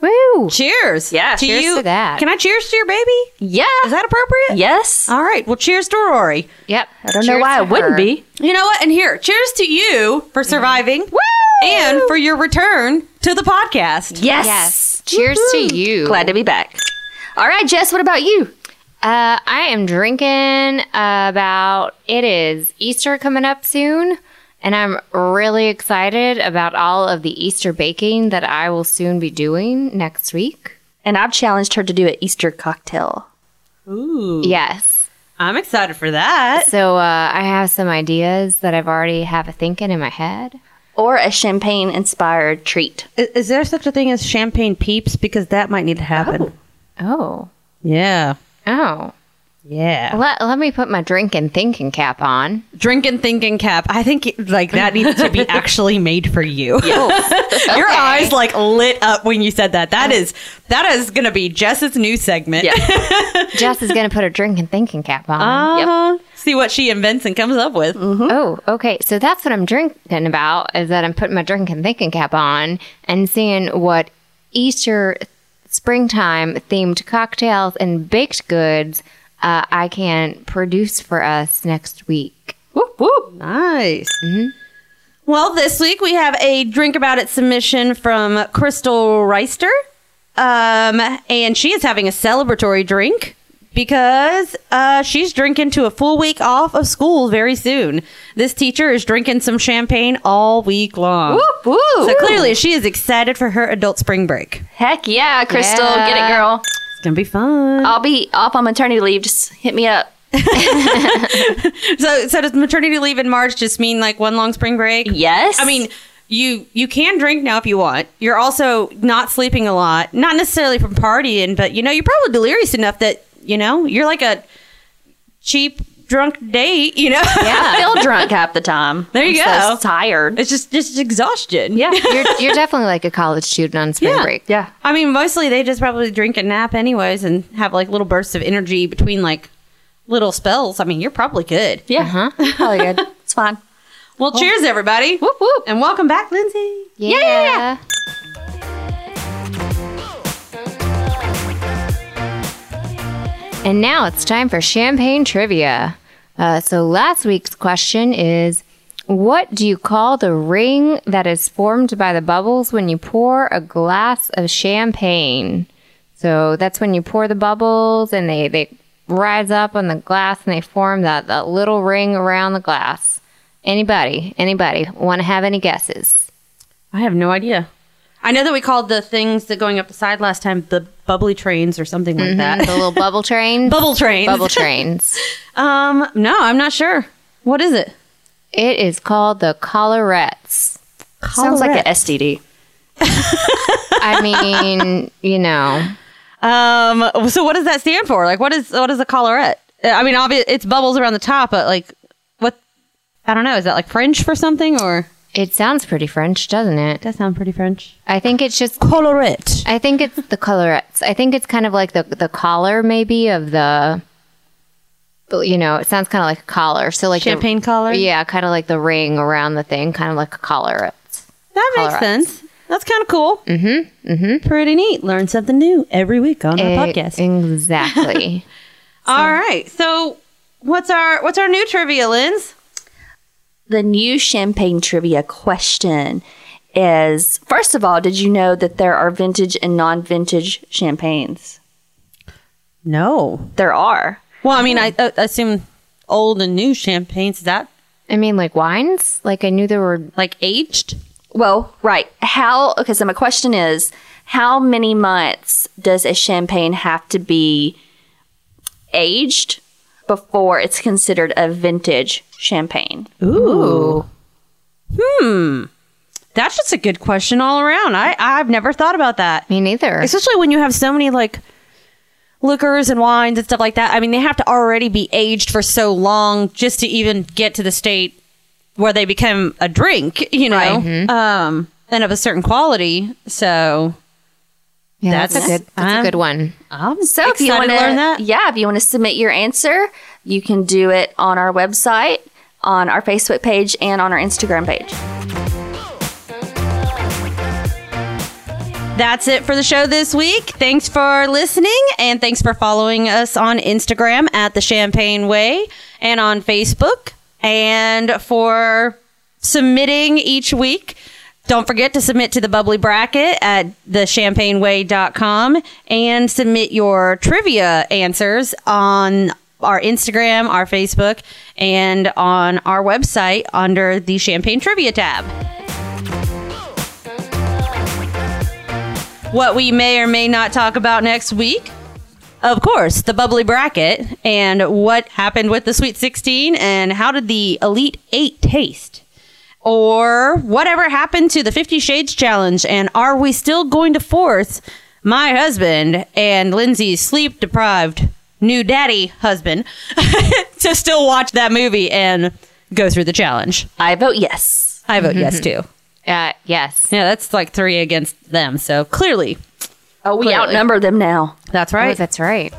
Speaker 3: Woo!
Speaker 2: Cheers.
Speaker 1: Yeah,
Speaker 2: to
Speaker 1: cheers
Speaker 2: you.
Speaker 3: to that.
Speaker 2: Can I cheers to your baby?
Speaker 1: Yeah.
Speaker 2: Is that appropriate?
Speaker 1: yes.
Speaker 2: All right. Well, cheers to Rory.
Speaker 3: Yep.
Speaker 1: I don't know why it wouldn't be.
Speaker 2: You know what? And here, cheers to you for surviving and for your return to the podcast.
Speaker 1: Yes.
Speaker 3: Yes. Cheers to you.
Speaker 1: Glad to be back. All right, Jess, what about you?
Speaker 3: Uh, I am drinking about it is Easter coming up soon, and I'm really excited about all of the Easter baking that I will soon be doing next week.
Speaker 1: And I've challenged her to do an Easter cocktail.
Speaker 2: Ooh.
Speaker 3: Yes.
Speaker 2: I'm excited for that.
Speaker 3: So uh, I have some ideas that I've already have a thinking in my head.
Speaker 1: Or a champagne inspired treat.
Speaker 2: Is, there such a thing as champagne peeps? Because that might need to happen.
Speaker 3: Oh.
Speaker 2: Yeah.
Speaker 3: Oh.
Speaker 2: Yeah.
Speaker 3: Let, let me put my drink and thinking cap on.
Speaker 2: Drink and thinking cap. I think like that needs to be actually made for you. Your
Speaker 3: Okay.
Speaker 2: eyes like lit up when you said that. That is that is gonna be Jess's new segment.
Speaker 1: Yeah.
Speaker 3: Jess is going to put a drink and thinking cap on.
Speaker 2: Uh-huh. Mm-hmm. See what she invents and comes up with.
Speaker 3: Oh, okay. So that's what I'm drinking about is that I'm putting my drink and thinking cap on and seeing what Easter springtime themed cocktails and baked goods uh, I can produce for us next week.
Speaker 1: Whoop, whoop.
Speaker 2: Nice. Mm-hmm. Well, this week we have a drink about it submission from Crystal Reister. Um, and she is having a celebratory drink because uh, she's drinking to a full week off of school very soon. This teacher is drinking some champagne all week long.
Speaker 1: Whoop, whoop.
Speaker 2: So clearly, she is excited for her adult spring break.
Speaker 1: Heck yeah, Crystal. Get it,
Speaker 3: Yeah.
Speaker 1: girl.
Speaker 2: It's gonna be fun.
Speaker 1: I'll be off on maternity leave. Just hit me up.
Speaker 2: So, so does maternity leave in March just mean like one long spring break?
Speaker 1: Yes.
Speaker 2: I mean, you you can drink now if you want. You're also not sleeping a lot, not necessarily from partying, but you know you're probably delirious enough that you know you're like a cheap drunk date. You know,
Speaker 1: I feel drunk half the time.
Speaker 2: There you
Speaker 1: I'm
Speaker 2: go.
Speaker 1: So tired.
Speaker 2: it's just just exhaustion.
Speaker 1: Yeah.
Speaker 3: You're, you're definitely like a college student on spring
Speaker 2: Yeah.
Speaker 3: break.
Speaker 1: yeah.
Speaker 2: I mean, mostly they just probably drink and nap anyways, and have like little bursts of energy between like little spells. I mean, you're probably good.
Speaker 1: Yeah. Probably good. Uh-huh. It's fine.
Speaker 2: Well, cheers everybody,
Speaker 1: Whoop, whoop.
Speaker 2: and welcome back, Lindsay.
Speaker 3: Yeah. And now it's time for champagne trivia. Uh, so last week's question is What do you call the ring that is formed by the bubbles when you pour a glass of champagne? So that's when you pour the bubbles and they, they rise up on the glass and they form that, that little ring around the glass. Anybody, anybody want to have any guesses?
Speaker 2: I have no idea. I know that we called the things that going up the side last time the bubbly trains or something like that.
Speaker 3: the little bubble train.
Speaker 2: Mm-hmm. Bubble trains.
Speaker 3: bubble trains.
Speaker 2: Um, no, I'm not sure. What is it?
Speaker 3: It is called the collarettes.
Speaker 1: Sounds like an STD.
Speaker 3: I mean, you know,
Speaker 2: Um, so what does that stand for? Like, what is what is a collarette? I mean, obvious it's bubbles around the top, but like, what? I don't know. Is that like French for something, or
Speaker 3: It sounds pretty French, doesn't it?
Speaker 2: that sound pretty French?
Speaker 3: I think it's just
Speaker 2: Collarette.
Speaker 3: I think it's the colorettes. I think it's kind of like the the collar, maybe of the. You know, it sounds kind of like a collar. So like the-
Speaker 2: Champagne collar?
Speaker 3: Yeah, kind of like the ring around the thing, kind of like a collar.
Speaker 2: That makes
Speaker 3: Collarettes.
Speaker 2: sense. That's kind of cool. Mm-hmm. Mm-hmm. Pretty neat. Learn something new every week on our
Speaker 3: Eh,
Speaker 2: podcast.
Speaker 3: Exactly.
Speaker 2: All right. So what's our what's our new trivia, Linz?
Speaker 1: The new champagne trivia question is first of all, did you know that there are vintage and non vintage champagnes?
Speaker 2: No.
Speaker 1: There are.
Speaker 2: Well, I mean, I, I assume old and new champagnes is that
Speaker 3: I mean, like wines. Like I knew there were.
Speaker 2: like aged.
Speaker 1: Well, right. How, okay, so my question is how many months does a champagne have to be aged before it's considered a vintage champagne?
Speaker 2: Ooh. Hmm. That's just a good question all around. I I've never thought about that.
Speaker 3: Me neither.
Speaker 2: Especially when you have so many like liquors and wines and stuff like that. I mean, they have to already be aged for so long just to even get to the state where they become a drink, you know. Um and of a certain quality. So
Speaker 3: Yeah, that's,
Speaker 2: That's-
Speaker 3: a good. That's
Speaker 2: I'm-
Speaker 3: a good one.
Speaker 2: I'm
Speaker 1: So if you want
Speaker 2: to learn that.
Speaker 1: yeah, if you want to submit your answer, you can do it on our website, on our Facebook page, and on our Instagram page.
Speaker 2: That's it for the show this week. Thanks for listening and thanks for following us on Instagram at The Champagne Way and on Facebook and for submitting each week. Don't forget to submit to the bubbly bracket at thechampagneway.com and submit your trivia answers on our Instagram, our Facebook, and on our website under the Champagne Trivia tab. what we may or may not talk about next week. Of course, the bubbly bracket and what happened with the Sweet 16 and how did the Elite 8 taste? Or whatever happened to the 50 Shades challenge and are we still going to force my husband and Lindsay's sleep deprived new daddy husband to still watch that movie and go through the challenge?
Speaker 1: I vote yes.
Speaker 2: I vote yes too.
Speaker 3: Uh, yes.
Speaker 2: Yeah, that's like three against them. So clearly,
Speaker 1: Oh, we
Speaker 2: Clearly.
Speaker 1: outnumber them now.
Speaker 2: that's
Speaker 3: Oh,
Speaker 2: right.
Speaker 3: that's right.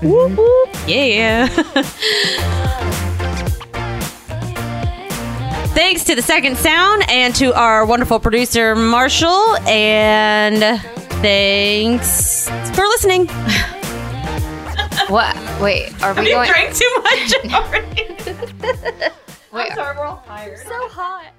Speaker 2: Yeah. Thanks to the second sound and to our wonderful producer, Marshall. And thanks for listening.
Speaker 3: What? Wait, are we going?
Speaker 2: too much already.
Speaker 3: wait,
Speaker 1: So hot.